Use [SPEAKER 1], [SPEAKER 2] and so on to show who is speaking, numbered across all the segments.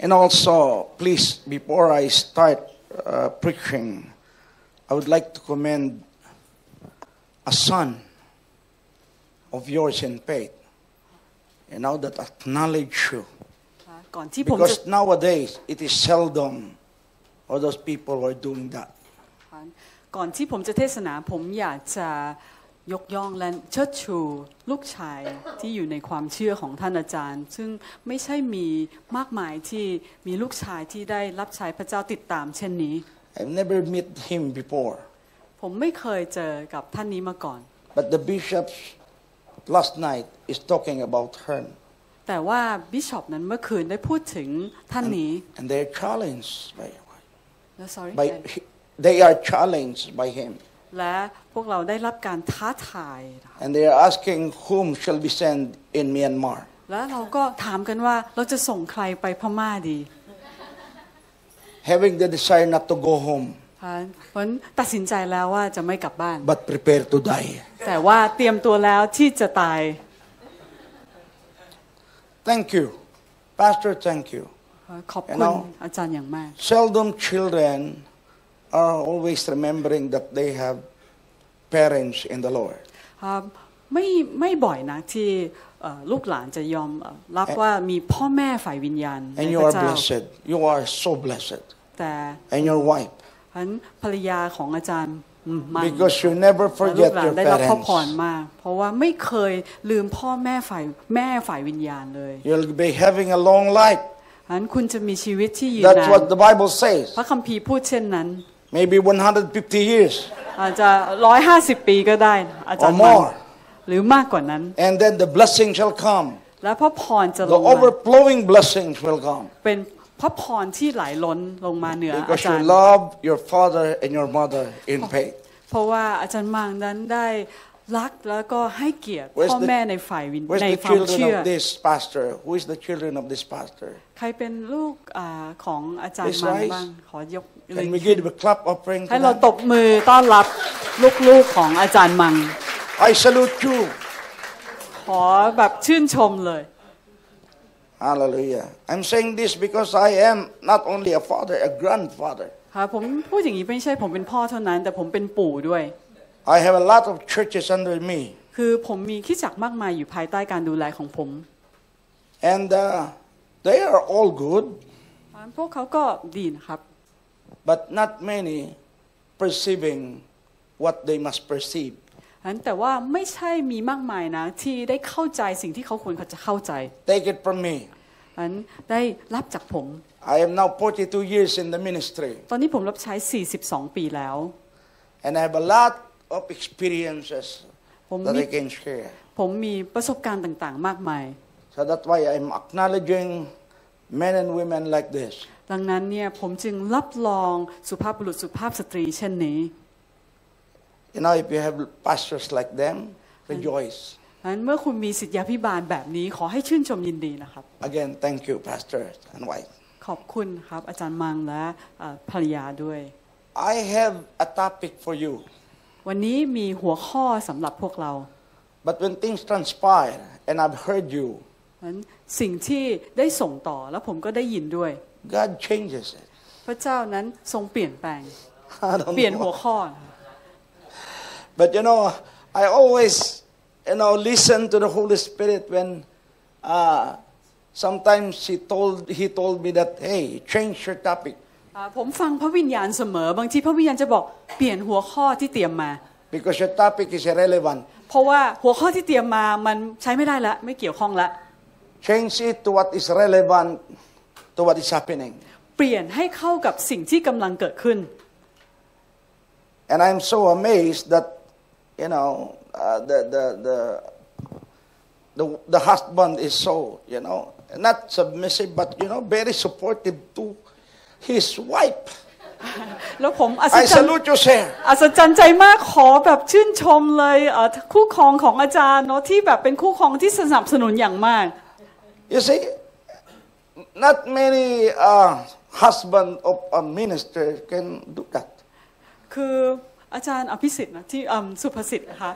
[SPEAKER 1] And also, please, before I start uh, preaching, I would like to commend a son of yours in faith, and now that acknowledge you.
[SPEAKER 2] ค่ะก่อนที่ผมจะ
[SPEAKER 1] Because nowadays, it is seldom all those people are doing that.
[SPEAKER 2] ก่อนที่ผมจะเทศนาผมอยากจะยกย่องและเชิดชูลูกชายที่อยู่ในความเชื่อของท่านอาจารย์ ซึ่งไม่ใช่มีมากมายที่มีลูกชายที่ได้รับใช้พระเจ้าติดตามเช่นนี้
[SPEAKER 1] I've never met him before.
[SPEAKER 2] ผมไม่เคยเจอกับท่านนี้มาก่อน
[SPEAKER 1] But the bishops last night is talking about him,
[SPEAKER 2] แต่ว่าบิชอปนั้นเมื่อคืนได้พูดถึงท่านนี้
[SPEAKER 1] and they're challenged by,
[SPEAKER 2] No, sorry
[SPEAKER 1] by they are challenged by him,
[SPEAKER 2] และพวกเราได้รับการท้าทายนะคะ
[SPEAKER 1] and they are asking whom shall we send in Myanmar.
[SPEAKER 2] แล้วเราก็ถามกันว่าเราจะส่งใครไปพม่าดี
[SPEAKER 1] Having the desire not to go home,
[SPEAKER 2] ค่ะเพราะฉะนั้นตัดสินใจแล้วว่าจะไม่กลับบ้าน
[SPEAKER 1] but prepare to die.
[SPEAKER 2] แต่ว่าเตรียมตัวแล้วที่จะตาย
[SPEAKER 1] Thank you, Pastor. Thank you.
[SPEAKER 2] ขอบ
[SPEAKER 1] แน่
[SPEAKER 2] คุ
[SPEAKER 1] นอ
[SPEAKER 2] ณ
[SPEAKER 1] น
[SPEAKER 2] อาจารย์อย่างมาก
[SPEAKER 1] Seldom children are always remembering that they have parents in the Lord.
[SPEAKER 2] ค่ะไม่ไม่บ่อยนะที่เอ่อลูกหลานจะยอมเอ่อรับว่ามีพ่อแม่ฝ่ายวิญญาณใน
[SPEAKER 1] And you
[SPEAKER 2] พ
[SPEAKER 1] are
[SPEAKER 2] ระเจ้า
[SPEAKER 1] blessed. You are so blessed.
[SPEAKER 2] แต่เพ
[SPEAKER 1] And your wife.
[SPEAKER 2] ราะฉะนั้นภรรยาของอาจารย์อืมมาก
[SPEAKER 1] Because you never
[SPEAKER 2] ลู
[SPEAKER 1] forget
[SPEAKER 2] กหลาน
[SPEAKER 1] your
[SPEAKER 2] ได้รับพระพร
[SPEAKER 1] parents.
[SPEAKER 2] มาก เพราะว่าไม่เคยลืมพ่อแม่ฝ่ายแม่ฝ่ายวิญญาณเลย
[SPEAKER 1] You'll be having a long life.
[SPEAKER 2] เพราะฉะนั้นคุณจะมีชีวิตที่ยืนนา
[SPEAKER 1] That's
[SPEAKER 2] น
[SPEAKER 1] what the Bible says.
[SPEAKER 2] พระคัมภีร์พูดเช่นนั้น
[SPEAKER 1] Maybe 150 years.
[SPEAKER 2] อาจจะร้อยห้าสิบปีก็ได้นะอาจารย์
[SPEAKER 1] Or more
[SPEAKER 2] มันหรือมากกว่านั้น
[SPEAKER 1] And then the blessing shall come.
[SPEAKER 2] แล้วพระพรจะล
[SPEAKER 1] The
[SPEAKER 2] งมา
[SPEAKER 1] overflowing blessings will come.
[SPEAKER 2] เป็นพระพรที่ไหลล้นลงมาเหนืออา
[SPEAKER 1] Because
[SPEAKER 2] จา
[SPEAKER 1] you
[SPEAKER 2] รย์
[SPEAKER 1] love your father and your mother in faith.
[SPEAKER 2] เพราะว่าอาจารย์มางนั้นได้รักแล้วก็ให้เกียรติ
[SPEAKER 1] Where's
[SPEAKER 2] พ่อ
[SPEAKER 1] the-
[SPEAKER 2] แม่ในฝ่ายวิน
[SPEAKER 1] Where's
[SPEAKER 2] ใน
[SPEAKER 1] the
[SPEAKER 2] ความ
[SPEAKER 1] children
[SPEAKER 2] เชื่อ
[SPEAKER 1] of this pastor? Who is the children of this pastor?
[SPEAKER 2] ใครเป็นลูกอ่าของอาจารย์
[SPEAKER 1] Please
[SPEAKER 2] มาง
[SPEAKER 1] rise.
[SPEAKER 2] บ้างขอยกเลย
[SPEAKER 1] Can we give a clap offering
[SPEAKER 2] ให้
[SPEAKER 1] to
[SPEAKER 2] เรา
[SPEAKER 1] them?
[SPEAKER 2] ตบมือต้อนรับลูกๆของอาจารย์มัง
[SPEAKER 1] I salute you.
[SPEAKER 2] ขอแบบชื่นชมเลย
[SPEAKER 1] Hallelujah. I'm saying this because I am not only a father, a grandfather.
[SPEAKER 2] ค่ะผมพูดอย่างนี้ไม่ใช่ผมเป็นพ่อเท่านั้น แต่ผมเป็นปู่ด้วย
[SPEAKER 1] I have a lot of churches under me.
[SPEAKER 2] คือผมมีขี้จักรมากมายอยู่ภายใต้การดูแลของผม
[SPEAKER 1] And uh, they are all good,
[SPEAKER 2] พวกเขาก็ดีนะครับ
[SPEAKER 1] but not many perceiving what they must perceive.
[SPEAKER 2] งั้นแต่ว่าไม่ใช่มีมากมายนะ ที่ได้เข้าใจสิ่งที่เขาควรเขาจะเข้าใจ
[SPEAKER 1] Take it from me.
[SPEAKER 2] งั้นได้รับจากผม
[SPEAKER 1] I am now 42 years in the ministry,
[SPEAKER 2] ตอนนี้ผมรับใช้ 42 ปีแล้ว
[SPEAKER 1] and I have a lot of experiences
[SPEAKER 2] Om
[SPEAKER 1] that I
[SPEAKER 2] niet-
[SPEAKER 1] can share.
[SPEAKER 2] ผมมีประสบการณ์ต่างๆ มากมาย
[SPEAKER 1] So that's why I'm acknowledging men and women like this.
[SPEAKER 2] ดังนั้นเนี่ยผมจึงรับรองสุภาพบุรุษสุภาพสตรีเช่นนี้
[SPEAKER 1] You know, if you have pastors like them, rejoice.
[SPEAKER 2] งั้นเมื่อคุณมีสิทธยาพิบาลแบบนี้ขอให้ชื่นชมยินดีนะครับ
[SPEAKER 1] Again, thank you, Pastor and wife.
[SPEAKER 2] ขอบคุณครับอาจารย์มังและเอ่อภรรยาด้วย
[SPEAKER 1] I have a topic for you,
[SPEAKER 2] วันนี้มีหัวข้อสำหรับพวกเรา
[SPEAKER 1] but when things transpire and I've heard you,
[SPEAKER 2] นั้นสิ่งที่ได้ส่งต่อแล้วผมก็ได้ยินด้วย
[SPEAKER 1] God changes it.
[SPEAKER 2] พระเจ้านั้นทรงเปลี่ยนแปลง
[SPEAKER 1] I don't
[SPEAKER 2] เปลี่ยนหัว
[SPEAKER 1] know.
[SPEAKER 2] ข้อนะคะ
[SPEAKER 1] But you know, I always, you know, listen to the Holy Spirit when uh, sometimes he told, he told me that, hey, change your topic
[SPEAKER 2] อ่าผมฟังพระวิญญาณเสมอ บางทีพระวิญญาณจะบอกเปลี่ยนหัวข้อที่เตรียมมา
[SPEAKER 1] because your topic is irrelevant.
[SPEAKER 2] เพราะว่าหัวข้อที่เตรียมมามันใช้ไม่ได้ละไม่เกี่ยวข้องละ
[SPEAKER 1] Change it to what is relevant to what is happening.
[SPEAKER 2] เปลี่ยนให้เข้ากับสิ่งที่กำลังเกิดขึ้น
[SPEAKER 1] And I'm so amazed that, you know, uh, the, the, the, the, the husband is so, you know, not submissive, but, you know, very supportive to his wife.
[SPEAKER 2] แล้วผมอัศ
[SPEAKER 1] I
[SPEAKER 2] จรรย์
[SPEAKER 1] salute you, sir.
[SPEAKER 2] อัศจรรย์ใจมากขอแบบชื่นชมเลยเอ่อคู่ครองของอาจารย์เนาะที่แบบเป็นคู่ครองที่สนับสนุนอย่างมาก
[SPEAKER 1] You see, not many uh, husband of a minister can do that.
[SPEAKER 2] คืออาจารย์อภิสิทธิ์นะที่อืมสุภสิทธิ์นะคะ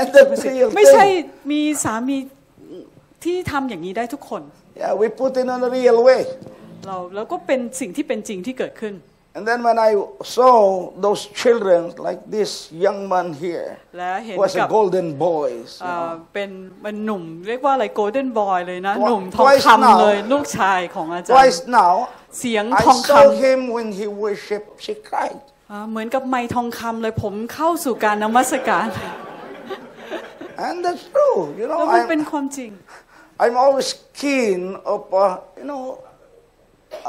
[SPEAKER 1] And the real
[SPEAKER 2] ไม่ใช่
[SPEAKER 1] thing,
[SPEAKER 2] มีสามี ที่ทำอย่างนี้ได้ทุกคน
[SPEAKER 1] Yeah, we put it in a real way.
[SPEAKER 2] เราแล้วก็เป็นสิ่งที่เป็นจริงที่เกิดขึ้น
[SPEAKER 1] And then when I saw those children, like this young man here,
[SPEAKER 2] และเห็น
[SPEAKER 1] who was a
[SPEAKER 2] กับ
[SPEAKER 1] golden boy, you
[SPEAKER 2] เอ่อ
[SPEAKER 1] know,
[SPEAKER 2] เป็นมันหนุ่มเรียกว่าอะไรโกลเด้นบอยเลยนะ
[SPEAKER 1] Twice-
[SPEAKER 2] หนุ่มทอง
[SPEAKER 1] twice now
[SPEAKER 2] คำเลยลูกชายของอาจารย์
[SPEAKER 1] twice now,
[SPEAKER 2] เสียงท
[SPEAKER 1] I
[SPEAKER 2] องค
[SPEAKER 1] saw him when he worshipped, she cried.
[SPEAKER 2] ำอ่าเหมือนกับไม้ทองคำเลยผมเข้าสู่การนมัสการ
[SPEAKER 1] And that's true, you
[SPEAKER 2] แล้ว
[SPEAKER 1] know,
[SPEAKER 2] มันเป็น
[SPEAKER 1] I'm,
[SPEAKER 2] ความจริง
[SPEAKER 1] I'm always keen of, uh, you know,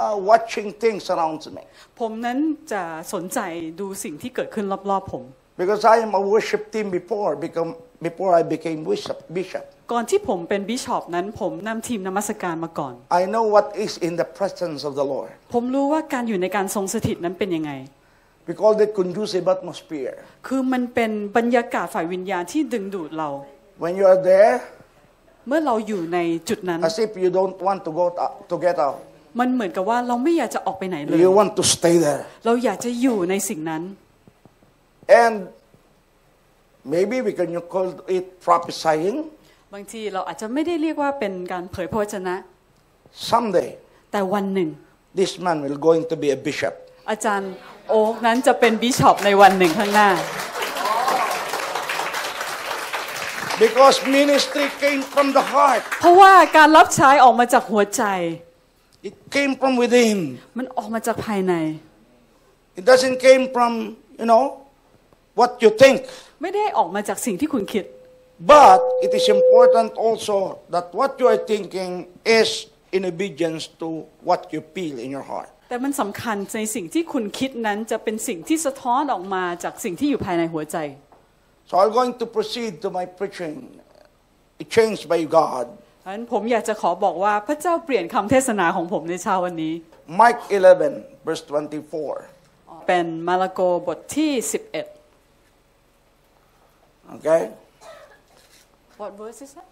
[SPEAKER 1] uh, watching things around me.
[SPEAKER 2] ผมนั้นจะสนใจดูสิ่งที่เกิดขึ้นรอบๆผม
[SPEAKER 1] Because I am a worship team before, become, before I became bishop, bishop.
[SPEAKER 2] ก่อนที่ผมเป็นบิชอปนั้นผมนำทีมนมัสการมาก่อน
[SPEAKER 1] I know what is in the presence of the Lord.
[SPEAKER 2] ผมรู้ว่าการอยู่ในการทรงสถิตนั้นเป็นยังไง
[SPEAKER 1] We call it conducive atmosphere.
[SPEAKER 2] คือมันเป็นบรรยากาศฝ่ายวิญญาณที่ดึงดูดเรา
[SPEAKER 1] When you are there,
[SPEAKER 2] เมื่อเราอยู่ในจุดนั้น
[SPEAKER 1] as if you don't want to go out, to get out.
[SPEAKER 2] มันเหมือนกับว่าเราไม่อยากจะออกไปไหนเลย
[SPEAKER 1] You want to stay there.
[SPEAKER 2] เราอยากจะอยู่ในสิ่งนั้น
[SPEAKER 1] And maybe we can you call it prophesying
[SPEAKER 2] บางทีเราอาจจะไม่ได้เรียกว่าเป็นการเผยพระวจนะ
[SPEAKER 1] someday.
[SPEAKER 2] แต่วันหนึ่ง
[SPEAKER 1] This man will going to be a bishop.
[SPEAKER 2] อาจารย์โอ๊กนั้นจะเป็นบิชอปในวันหนึ่งข้างหน้า
[SPEAKER 1] Because ministry came from the heart.
[SPEAKER 2] เพราะว่าการรับใช้ออกมาจากหัวใจ
[SPEAKER 1] It came from within.
[SPEAKER 2] มันออกมาจากภายใน
[SPEAKER 1] It doesn't came from, you know, what you think.
[SPEAKER 2] ไม่ได้ออกมาจากสิ่งที่คุณคิด
[SPEAKER 1] But it is important also that what you are thinking is in obedience to what you feel in your heart.
[SPEAKER 2] แต่มันสำคัญในสิ่งที่คุณคิดนั้นจะเป็นสิ่งที่สะท้อนออกมาจากสิ่งที่อยู่ภายในหัวใจ
[SPEAKER 1] So I'm going to proceed to my preaching. It changed by God.
[SPEAKER 2] ฉะนั้นผมอยากจะขอบอกว่าพระเจ้าเปลี่ยนคำเทศนาของผมในเช้าวันนี้
[SPEAKER 1] Mike 11, verse 24.
[SPEAKER 2] เป็นมาระโกบทที่ 11
[SPEAKER 1] Okay?
[SPEAKER 2] What verse is that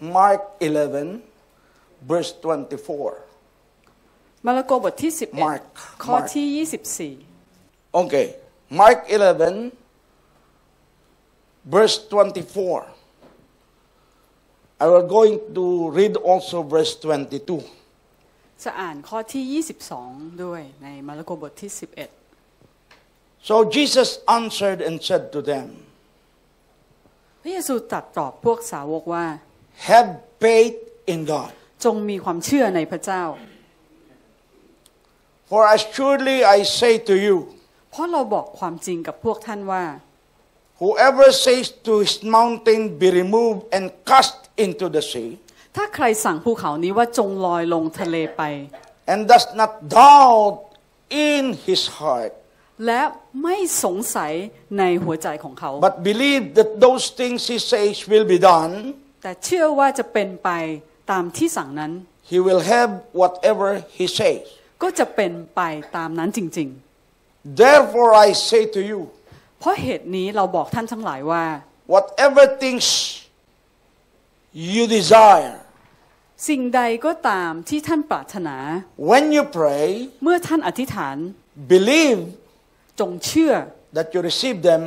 [SPEAKER 1] Mark 11, verse 24.
[SPEAKER 2] มาระโกบทที่
[SPEAKER 1] Mark
[SPEAKER 2] 11 ข้อ
[SPEAKER 1] Mark
[SPEAKER 2] ที่
[SPEAKER 1] Okay. Mark 11, verse 24. I will going to read also verse 22.
[SPEAKER 2] 24 จะอ่านข้อที่ 22 ด้วยในมาระโกบทที่ 11
[SPEAKER 1] So Jesus answered and said to them,
[SPEAKER 2] พระเยซูตรัสตอบพวกสาวกว่า
[SPEAKER 1] Have faith in God.
[SPEAKER 2] จงมีความเชื่อในพระเจ้า
[SPEAKER 1] For assuredly I say to you,
[SPEAKER 2] เพราะเราบอกความจริงกับพวกท่านว่า
[SPEAKER 1] Whoever says to his mountain, Be removed and cast into the sea,
[SPEAKER 2] ถ้าใครสั่งภูเขานี้ว่าจงลอยลงทะเลไป
[SPEAKER 1] and does not doubt in his heart,
[SPEAKER 2] และไม่สงสัยในหัวใจของเขา
[SPEAKER 1] but believe that those things he says will be done,
[SPEAKER 2] แต่เชื่อว่าจะเป็นไปตามที่สั่งนั้น
[SPEAKER 1] he will have whatever he says.
[SPEAKER 2] ก็จะเป็นไปตามนั้นจริง
[SPEAKER 1] Therefore I say to you,
[SPEAKER 2] ๆ เพราะเหตุนี้เราบอกท่านทั้งหลายว่า
[SPEAKER 1] whatever things you desire,
[SPEAKER 2] สิ่งใดก็ตามที่ท่านปรารถนา
[SPEAKER 1] when you pray,
[SPEAKER 2] เมื่อท่านอธิษฐาน
[SPEAKER 1] believe
[SPEAKER 2] จงเชื่อ
[SPEAKER 1] that you receive them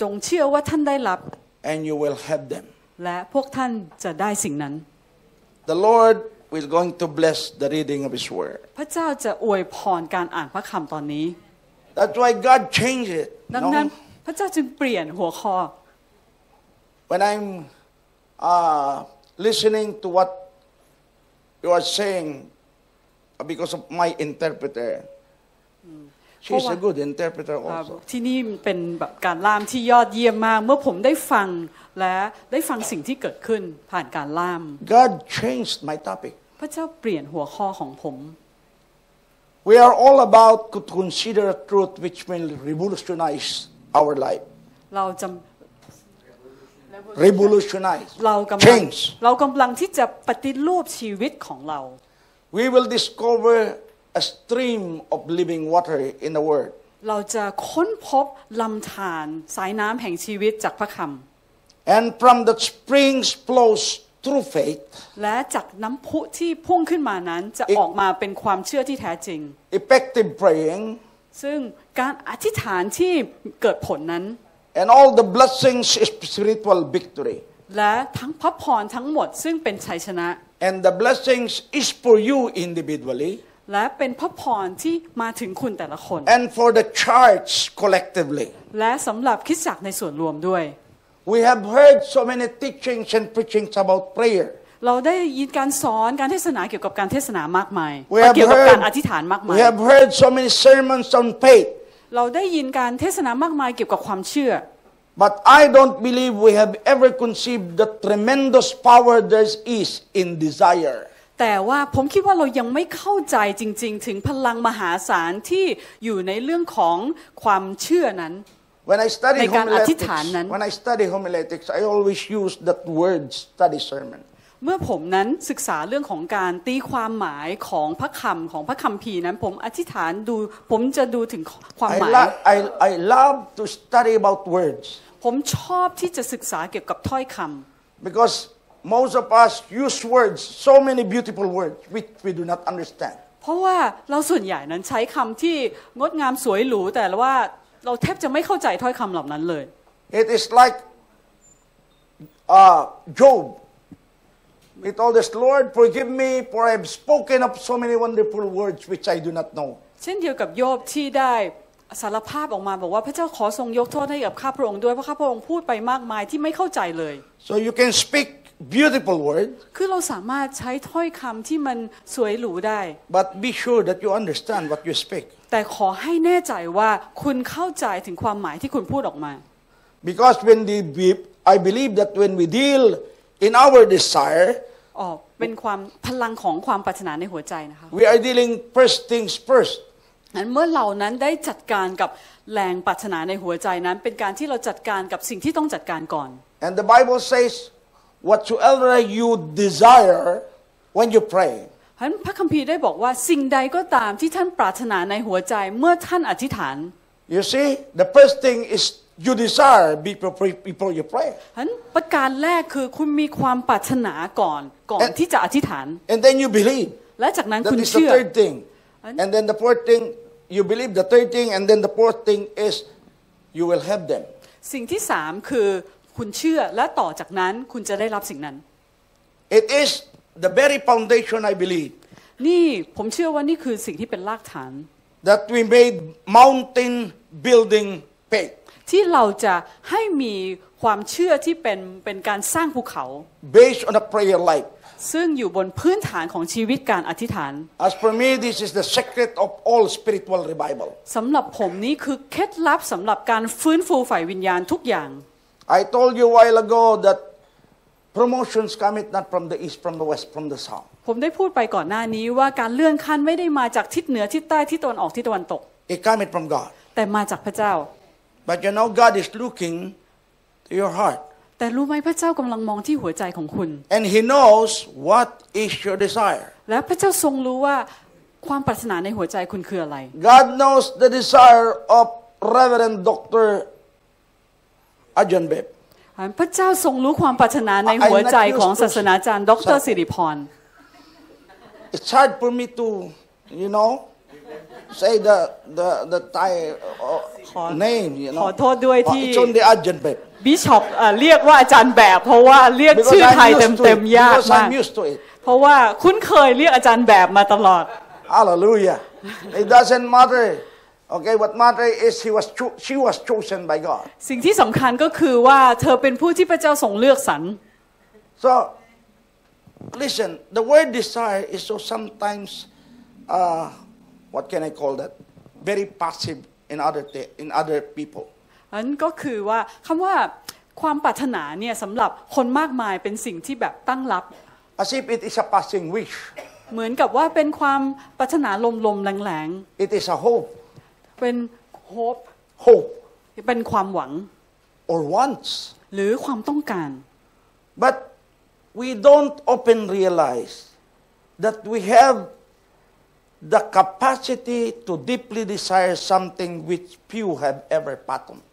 [SPEAKER 2] จงเชื่อว่าท่านได้รับ
[SPEAKER 1] and you will have them.
[SPEAKER 2] และพวกท่านจะได้สิ่งนั้น
[SPEAKER 1] The Lord is going to bless the reading of his word.
[SPEAKER 2] พระเจ้าจะอวยพรการอ่านพระคำตอนนี้
[SPEAKER 1] That's why God changed it.
[SPEAKER 2] ดัง
[SPEAKER 1] No?
[SPEAKER 2] นั้นพระเจ้าจึงเปลี่ยนหัวข้อ
[SPEAKER 1] When I'm uh, listening to what you are saying, uh, because of my interpreter, she's a
[SPEAKER 2] Owa.
[SPEAKER 1] good interpreter
[SPEAKER 2] ครับ
[SPEAKER 1] also.
[SPEAKER 2] ที่นี่เป็นแบบการล่ามที่ยอดเยี่ยมมาก เมื่อผมได้ฟังและได้ฟังสิ่งที่เกิดขึ้นผ่านการล่าม
[SPEAKER 1] God changed my topic.
[SPEAKER 2] พระเจ้าเปลี่ยนหัวข้อของผม
[SPEAKER 1] We are all about to consider a truth which will revolutionize our life.
[SPEAKER 2] เราจะ
[SPEAKER 1] Revolutionize.
[SPEAKER 2] เรากำลัง
[SPEAKER 1] Change.
[SPEAKER 2] เรากำลังที่จะปฏิรูปชีวิตของเรา
[SPEAKER 1] We will discover a stream of living water in the Word.
[SPEAKER 2] เราจะค้นพบลำธารสายน้ำแห่งชีวิตจากพระค
[SPEAKER 1] And from that springs flows through faith,
[SPEAKER 2] ำและจากน้ำพุที่พุ่งขึ้นมานั้นจะ
[SPEAKER 1] อีก
[SPEAKER 2] ออกมาเป็นความเชื่อที่แท้จริง
[SPEAKER 1] effective praying,
[SPEAKER 2] ซึ่งการอธิษฐานที่เกิดผลนั้น
[SPEAKER 1] and all the blessings is spiritual victory.
[SPEAKER 2] และทั้งพระพรทั้งหมดซึ่งเป็นชัยชนะ
[SPEAKER 1] and the blessings is for you individually
[SPEAKER 2] และเป็นพระพรที่มาถึงคุณแต่ละคน
[SPEAKER 1] and for the church collectively.
[SPEAKER 2] และสำหรับคริดจักรในส่วนรวมด้วย
[SPEAKER 1] We have heard so many teachings and preachings about prayer.
[SPEAKER 2] เราได้ยินการสอนการเทศนาเกี่ยวกับการเทศนามากมาย
[SPEAKER 1] We have
[SPEAKER 2] เกี่ยวกับการ
[SPEAKER 1] heard,
[SPEAKER 2] อธิษฐานมากมา
[SPEAKER 1] we
[SPEAKER 2] ย
[SPEAKER 1] have heard so many sermons on faith,
[SPEAKER 2] เราได้ยินการเทศนามากมายเกี่ยวกับความเชื่อ
[SPEAKER 1] but I don't believe we have ever conceived the tremendous power there is in desire.
[SPEAKER 2] แต่ว่าผมคิดว่าเรายังไม่เข้าใจจริง ๆ ถึงพลังมหาศาลที่อยู่ในเรื่องของความเชื่อนั้น
[SPEAKER 1] When I study
[SPEAKER 2] ในการ
[SPEAKER 1] homiletics,
[SPEAKER 2] อธิษฐานนั้น
[SPEAKER 1] when I study homiletics, I always use that word study sermon.
[SPEAKER 2] เมื่อผมนั้นศึกษาเรื่องของการตีความหมายของพระคำของพระคำพีร์นั้น ผมอธิษฐานดู ผมจะดูถึงความ
[SPEAKER 1] I,
[SPEAKER 2] หมาย
[SPEAKER 1] lo- I, I love to study about words
[SPEAKER 2] ผมชอบที่จะศึกษาเกี่ยวกับถ้อยคำ
[SPEAKER 1] because most of us use words, so many beautiful words, which we do not understand.
[SPEAKER 2] เพราะว่าเราส่วนใหญ่นั้นใช้คำที่งดงามสวยหรู แต่ว่าเราแทบจะไม่เข้าใจถ้อยคำเหล่านั้นเลย
[SPEAKER 1] It is like uh, Job. He told us, Lord, forgive me, for I have spoken of so many wonderful words which I do not know.
[SPEAKER 2] เช่นเดียวกับโยบที่ได้สารภาพออกมาบอกว่าพระเจ้าขอทรงยกโทษให้กับข้าพระองค์ด้วยเพราะข้าพระองค์พูดไปมากมายที่ไม่เข้าใจเลย
[SPEAKER 1] So you can speak beautiful words,
[SPEAKER 2] คือเราสามารถใช้ถ้อยคำที่มันสวยหรูได้
[SPEAKER 1] but be sure that you understand what you speak.
[SPEAKER 2] แต่ขอให้แน่ใจว่าคุณเข้าใจถึงความหมายที่คุณพูดออกมา
[SPEAKER 1] Because when the, we, I believe that when we deal in our desire,
[SPEAKER 2] ออกเป็นความพลังของความปรารถนาในหัวใจนะคะ
[SPEAKER 1] we are dealing first things first.
[SPEAKER 2] นั้นเมื่อเรานั้นได้จัดการกับแรงปรารถนาในหัวใจนั้น เป็นการที่เราจัดการกับสิ่งที่ต้องจัดการก่อน
[SPEAKER 1] And the Bible says, whatsoever you desire when you pray,
[SPEAKER 2] เพราะฉะนั้นพระคัมภีร์ได้บอกว่าสิ่งใดก็ตามที่ท่านปรารถนาในหัวใจเมื่อท่านอธิษฐาน
[SPEAKER 1] You see, the first thing is you desire before, before you pray.
[SPEAKER 2] เพราะฉะนั้นประการแรกคือคุณมีความปรารถนาก่อนก่อน
[SPEAKER 1] เอ๊ะ
[SPEAKER 2] ที่จะอธิษฐาน
[SPEAKER 1] And then you believe.
[SPEAKER 2] และจากนั้น
[SPEAKER 1] That
[SPEAKER 2] คุณ
[SPEAKER 1] is
[SPEAKER 2] เชื่
[SPEAKER 1] the
[SPEAKER 2] อ
[SPEAKER 1] third thing.
[SPEAKER 2] And-
[SPEAKER 1] And then the fourth thing, you believe the third thing, and then the fourth thing is you will have them.
[SPEAKER 2] สิ่งที่สามคือคุณเชื่อและต่อจากนั้นคุณจะได้รับสิ่งนั้น
[SPEAKER 1] It is the very foundation, I believe,
[SPEAKER 2] นี่ผมเชื่อว่านี่คือสิ่งที่เป็นรากฐาน
[SPEAKER 1] that we made mountain building faith,
[SPEAKER 2] ที่เราจะให้มีความเชื่อที่เป็นเป็นการสร้างภูเขา
[SPEAKER 1] based on a prayer life.
[SPEAKER 2] ซึ่งอยู่บนพื้นฐานของชีวิตการอธิษฐาน
[SPEAKER 1] As for me, this is the secret of all spiritual revival.
[SPEAKER 2] สำหรับผมนี่คือเคล็ดลับสำหรับการฟื้นฟูฝ่ายวิญญาณทุกอย่าง
[SPEAKER 1] I told you a while ago that promotions cometh not from the east, from the west, from the south.
[SPEAKER 2] ผมได้พูดไปก่อนหน้านี้ว่าการเลื่อนขั้นไม่ได้มาจากทิศเหนือทิศใต้ทิศตะวันออกทิศตะวันตก
[SPEAKER 1] It cometh from God.
[SPEAKER 2] แต่มาจากพระเจ้า
[SPEAKER 1] But you know, God is looking to your heart.
[SPEAKER 2] แต่รู้ไหมพระเจ้ากำลังมองที่หัวใจของคุณ
[SPEAKER 1] And He knows what is your desire.
[SPEAKER 2] และพระเจ้าทรงรู้ว่าความปรารถนาในหัวใจคุณคืออะไร
[SPEAKER 1] God knows the desire of Reverend Dr. Ajahn Beb.
[SPEAKER 2] พระเจ้าทรงรู้ความปรารถนาในหัวใจของศาสนาจารย์ ดรสิริพร
[SPEAKER 1] It's hard for me to, you know, say the the the Thai uh,
[SPEAKER 2] Khor-
[SPEAKER 1] name, you know.
[SPEAKER 2] ขอโทษด้วย
[SPEAKER 1] Uh,
[SPEAKER 2] ที่
[SPEAKER 1] It's only Ajahn Beb.
[SPEAKER 2] บิชอปเอ่อเรียกว่าอาจารย์แบบเพราะว่าเรียก
[SPEAKER 1] Because
[SPEAKER 2] ชื่อไทย
[SPEAKER 1] I'm used to
[SPEAKER 2] เต็ม
[SPEAKER 1] it.
[SPEAKER 2] ๆยาก
[SPEAKER 1] Because
[SPEAKER 2] มาก
[SPEAKER 1] I'm used to it.
[SPEAKER 2] เพราะว่าคุ้นเคยเรียกอาจารย์แบบมาตลอด
[SPEAKER 1] Hallelujah. It doesn't matter. Okay, what matters is he was cho- she was chosen by God.
[SPEAKER 2] สิ่งที่สำคัญก็คือว่าเธอเป็นผู้ที่พระเจ้าทรงเลือกสรร
[SPEAKER 1] So, listen, the word desire is so sometimes, uh, what can I call that? Very passive in other, th- in other people.
[SPEAKER 2] อันก็คือว่าคำว่าความปรารถนาเนี่ยสำหรับคนมากมายเป็นสิ่งที่แบบตั้งรับ
[SPEAKER 1] As if it is a passing wish,
[SPEAKER 2] เหมือนกับว่าเป็นความปรารถนาลมๆแรง
[SPEAKER 1] it is a hope,
[SPEAKER 2] ๆ เป็นโฮป
[SPEAKER 1] hope
[SPEAKER 2] เป็นความหวัง
[SPEAKER 1] or wants.
[SPEAKER 2] หรือความต้องการ
[SPEAKER 1] But we don't often realize that we have the capacity to deeply desire something which few have ever fathomed.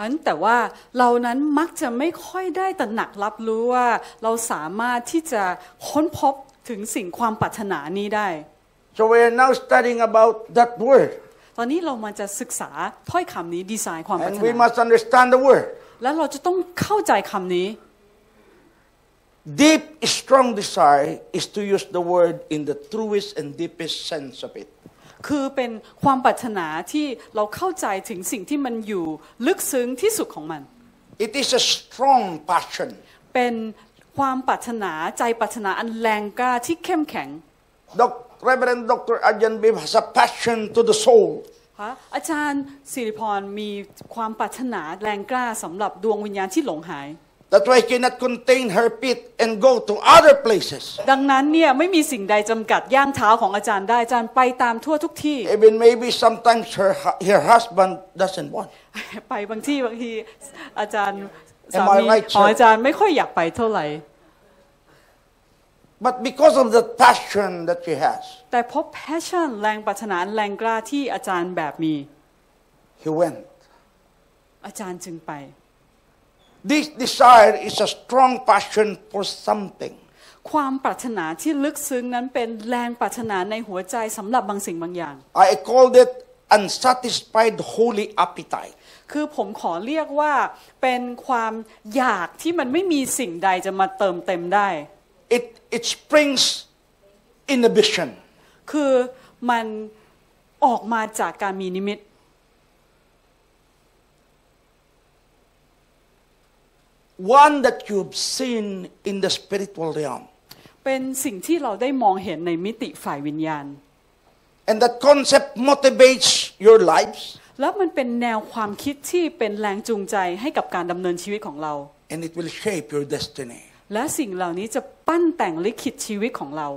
[SPEAKER 2] อันแต่ว่าเรานั้นมักจะไม่ค่อยได้ตระหนักรับรู้ว่า เราสามารถที่จะค้นพบถึงสิ่งความปรารถนานี้ได้
[SPEAKER 1] So we are now studying about that word,
[SPEAKER 2] ตอนนี้เรามาจะศึกษาถ้อยคำนี้ดีไซน์ความปรารถ
[SPEAKER 1] and we
[SPEAKER 2] นา
[SPEAKER 1] must understand the word.
[SPEAKER 2] และเราจะต้องเข้าใจคำนี้
[SPEAKER 1] Deep, strong desire is to use the word in the truest and deepest sense of it.
[SPEAKER 2] คือเป็นความปรารถนาที่เราเข้าใจถึงสิ่งที่มันอยู่ลึกซึ้งที่สุดของมัน
[SPEAKER 1] It is a strong passion.
[SPEAKER 2] เป็นความปรารถนาใจปรารถนาอันแรงกล้าที่เข้มแข็ง
[SPEAKER 1] Doc, Reverend Dr. Ajahn Bib has a passion to the soul.
[SPEAKER 2] คะอาจารย์สิริพรมีความปรารถนาแรงกล้าสำหรับดวงวิญญาณที่หลงหาย
[SPEAKER 1] That's why she cannot contain her feet and go to other places.
[SPEAKER 2] ดังนั้นเนี่ยไม่มีสิ่งใดจำกัดย่างเท้าของอาจารย์ได้อาจารย์ไปตามทั่วทุกที่
[SPEAKER 1] Even maybe sometimes her, hu- her husband doesn't want.
[SPEAKER 2] ไปบางที่บางทีอาจารย์สา
[SPEAKER 1] Am I
[SPEAKER 2] มี
[SPEAKER 1] right,
[SPEAKER 2] ของ
[SPEAKER 1] sir?
[SPEAKER 2] อาจารย์ไม่ค่อยอยากไปเท่าไหร่
[SPEAKER 1] But because of the passion that she has,
[SPEAKER 2] แต่เพบแพชชั่นแรงปรารถนาแรงกล้าที่อาจารย์แบบมี
[SPEAKER 1] he went.
[SPEAKER 2] อาจารย์จึงไป
[SPEAKER 1] This desire is a strong passion for something.
[SPEAKER 2] ความปรารถนาที่ลึกซึ้งนั้นเป็นแรงปรารถนาในหัวใจสำหรับบางสิ่งบางอย่าง
[SPEAKER 1] I called it unsatisfied holy appetite.
[SPEAKER 2] คือผมขอเรียกว่าเป็นความอยากที่มันไม่มีสิ่งใดจะมาเติมเต็มได้
[SPEAKER 1] It, it springs inhibition.
[SPEAKER 2] คือมันออกมาจากการมีนิมิต
[SPEAKER 1] One that you've seen in the spiritual realm.
[SPEAKER 2] เป็นสิ่งที่เราได้มองเห็นในมิติฝ่ายวิญญาณ
[SPEAKER 1] And that concept motivates your lives
[SPEAKER 2] แล้วมันเป็นแนวความคิดที่เป็นแรงจูงใจให้กับการดำเนินชีวิตของเรา
[SPEAKER 1] and it will shape your destiny.
[SPEAKER 2] และสิ่งเหล่านี้จะปั้นแต่งลิขิตชีวิตของเรา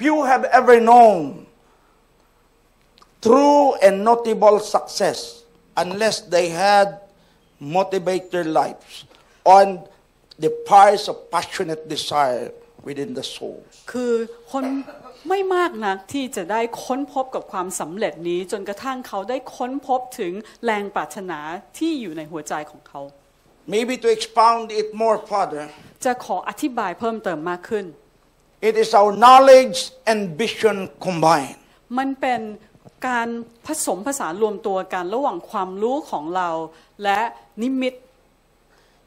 [SPEAKER 1] Few have ever known true and notable success unless they had motivate their lives on the fires of passionate desire within the soul.
[SPEAKER 2] คือคนไม่มากนักที่จะได้ค้นพบกับความสำเร็จนี้ จนกระทั่งเขาได้ค้นพบถึงแรงปรารถนาที่อยู่ในหัวใจของเขา
[SPEAKER 1] Maybe to expound it more further,
[SPEAKER 2] จะขออธิบายเพิ่มเติมมากขึ้น
[SPEAKER 1] it is our knowledge and vision combined.
[SPEAKER 2] มันเป็นการผสมผสานรวมตัวกันระหว่างความรู้ของเรา และนิมิต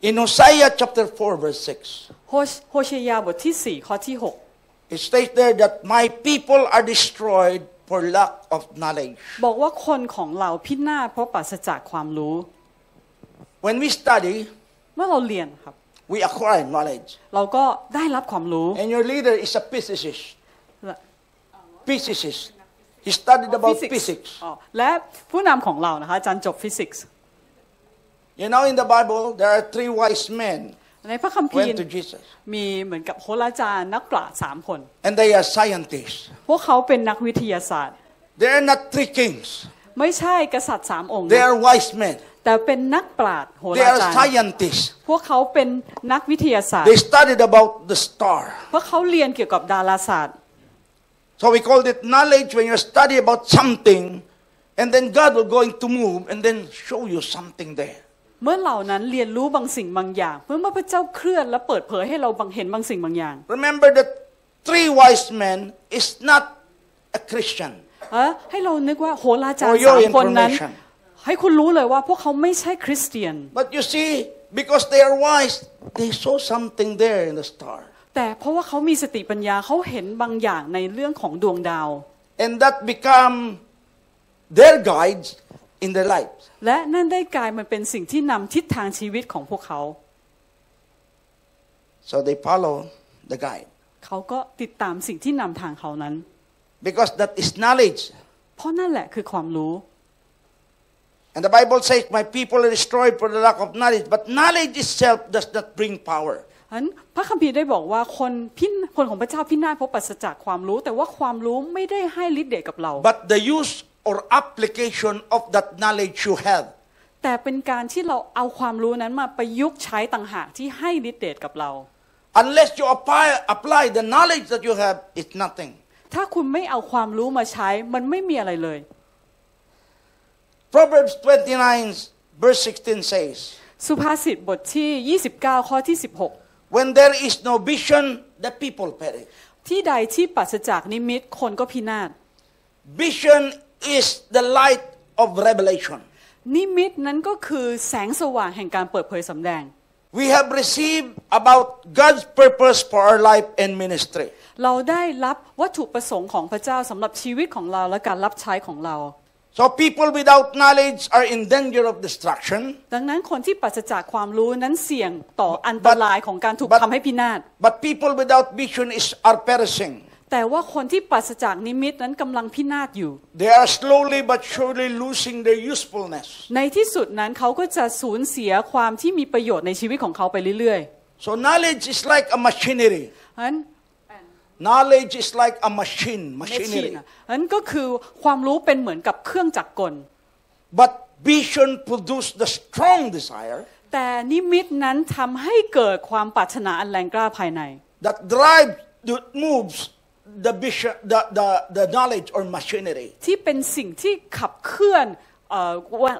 [SPEAKER 1] In Hosea chapter 4 verse 6,
[SPEAKER 2] โฮเชโฮเชยาบทที่ 4 ข้อที่
[SPEAKER 1] it states there that my people are destroyed for lack of knowledge.
[SPEAKER 2] 6 บอกว่าคนของเราพินาศเพราะปราศจากความรู้
[SPEAKER 1] When we study,
[SPEAKER 2] เมื่อเราเรียนครับ
[SPEAKER 1] we acquire knowledge.
[SPEAKER 2] เราก็ได้รับความรู้
[SPEAKER 1] And your leader is a physicist. Physicist. He studied about physics.
[SPEAKER 2] อ๋อและผู้นำของเรานะคะอาจารย์จบฟิสิกส์
[SPEAKER 1] You know, in the Bible, there are three wise men
[SPEAKER 2] ในพระคัมภีร์
[SPEAKER 1] went to Jesus,
[SPEAKER 2] มีเหมือนกับโหราจารย์นักปราชญ์สามคน
[SPEAKER 1] and they are scientists.
[SPEAKER 2] พวกเขาเป็นนักวิทยาศาสตร์
[SPEAKER 1] They are not three kings.
[SPEAKER 2] ไม่ใช่กษัตริย์สามองค์นะ
[SPEAKER 1] They are wise men.
[SPEAKER 2] แต่เป็นนักปราชญ์โห
[SPEAKER 1] They
[SPEAKER 2] รา
[SPEAKER 1] are
[SPEAKER 2] จารย์
[SPEAKER 1] scientists.
[SPEAKER 2] พวกเขาเป็นนักวิทยาศาสตร์
[SPEAKER 1] They studied about the star.
[SPEAKER 2] เพราะเขาเรียนเกี่ยวกับดาราศาสตร์
[SPEAKER 1] So we call it knowledge when you study about something, and then God will going to move and then show you something there.
[SPEAKER 2] เมื่อเหล่านั้นเรียนรู้บางสิ่งบางอย่างเมื่อเมื่อพระเจ้าเคลื่อนและเปิดเผยให้เราบังเห็นบางสิ่งบางอย่าง
[SPEAKER 1] Remember that three wise men is not a Christian.
[SPEAKER 2] เอ้อให้เรานึกว่าโหราจาร
[SPEAKER 1] For
[SPEAKER 2] ย์
[SPEAKER 1] your
[SPEAKER 2] สามคนนั้น
[SPEAKER 1] information.
[SPEAKER 2] ให้คุณรู้เลยว่าพวกเขาไม่ใช่คริสเตียน
[SPEAKER 1] But you see, because they are wise, they saw something there in the star.
[SPEAKER 2] แต่เพราะว่าเขามีสติปัญญาเขาเห็นบางอย่างในเรื่องของดวงดาว
[SPEAKER 1] And that become their guides in their lives.
[SPEAKER 2] และนั่นได้กลายมันเป็นสิ่งที่นำทิศทางชีวิตของพวกเขา
[SPEAKER 1] So they follow the guide.
[SPEAKER 2] เขาก็ติดตามสิ่งที่นำทางเขานั้น
[SPEAKER 1] Because that is knowledge.
[SPEAKER 2] เพราะนั่นแหละคือความรู้
[SPEAKER 1] And the Bible says, My people are destroyed for the lack of knowledge. But knowledge itself does not bring power.
[SPEAKER 2] ฉะนั้นพระคัมภีร์ได้บอกว่าคนพินคนของพระเจ้าพินาศเพราะปราศจากความรู้ แต่ว่าความรู้ไม่ได้ให้ฤทธิ์เดชกับเรา
[SPEAKER 1] But the use or application of that knowledge you have.
[SPEAKER 2] แต่เป็นการที่เราเอาความรู้นั้นมาประยุกต์ใช้ต่างหากที่ให้ฤทธิ์เดชกับเรา
[SPEAKER 1] Unless you apply, apply the knowledge that you have, it's nothing.
[SPEAKER 2] ถ้าคุณไม่เอาความรู้มาใช้มันไม่มีอะไรเลย
[SPEAKER 1] Proverbs 29, verse 16 says,
[SPEAKER 2] สุภาษิตบทที่ 29 ข้อที่
[SPEAKER 1] When there is no vision, the people perish.
[SPEAKER 2] 16 ที่ใดที่ปราศจากนิมิตคนก็พินาศ
[SPEAKER 1] Vision is the light of revelation.
[SPEAKER 2] นิมิตนั้นก็คือแสงสว่างแห่งการเปิดเผยสำแดง
[SPEAKER 1] we have received about God's purpose for our life and ministry.
[SPEAKER 2] เราได้รับวัตถุประสงค์ของพระเจ้าสำหรับชีวิตของเราและการรับใช้ของเรา
[SPEAKER 1] So people without knowledge are in danger of destruction,
[SPEAKER 2] ดังนั้นคนที่ปราศจากความรู้นั้นเสี่ยงต่ออันตรายของการถูก
[SPEAKER 1] but-
[SPEAKER 2] ทำให้พินาศ
[SPEAKER 1] but people without vision is, are perishing.
[SPEAKER 2] แต่ว่าคนที่ปราศจากนิมิตนั้นกำลังพินาศอยู่
[SPEAKER 1] They are slowly but surely losing their usefulness.
[SPEAKER 2] ในที่สุดนั้นเขาก็จะสูญเสียความที่มีประโยชน์ในชีวิตของเขาไปเรื่อย
[SPEAKER 1] So knowledge is like a machinery.
[SPEAKER 2] ๆเพราะฉะนั้น
[SPEAKER 1] Knowledge is like a machine,
[SPEAKER 2] เมชีน
[SPEAKER 1] machinery.
[SPEAKER 2] อะเพราะฉะนั้นก็คือความรู้เป็นเหมือนกับเครื่องจักรกล
[SPEAKER 1] But vision produces the strong desire
[SPEAKER 2] แต่นิมิตนั้นทำให้เกิดความปรารถนาอันแรงกล้าภายใน
[SPEAKER 1] that drives, that moves the vision, the, the, the knowledge or machinery.
[SPEAKER 2] ที่เป็นสิ่งที่ขับเคลื่อนเอ่อ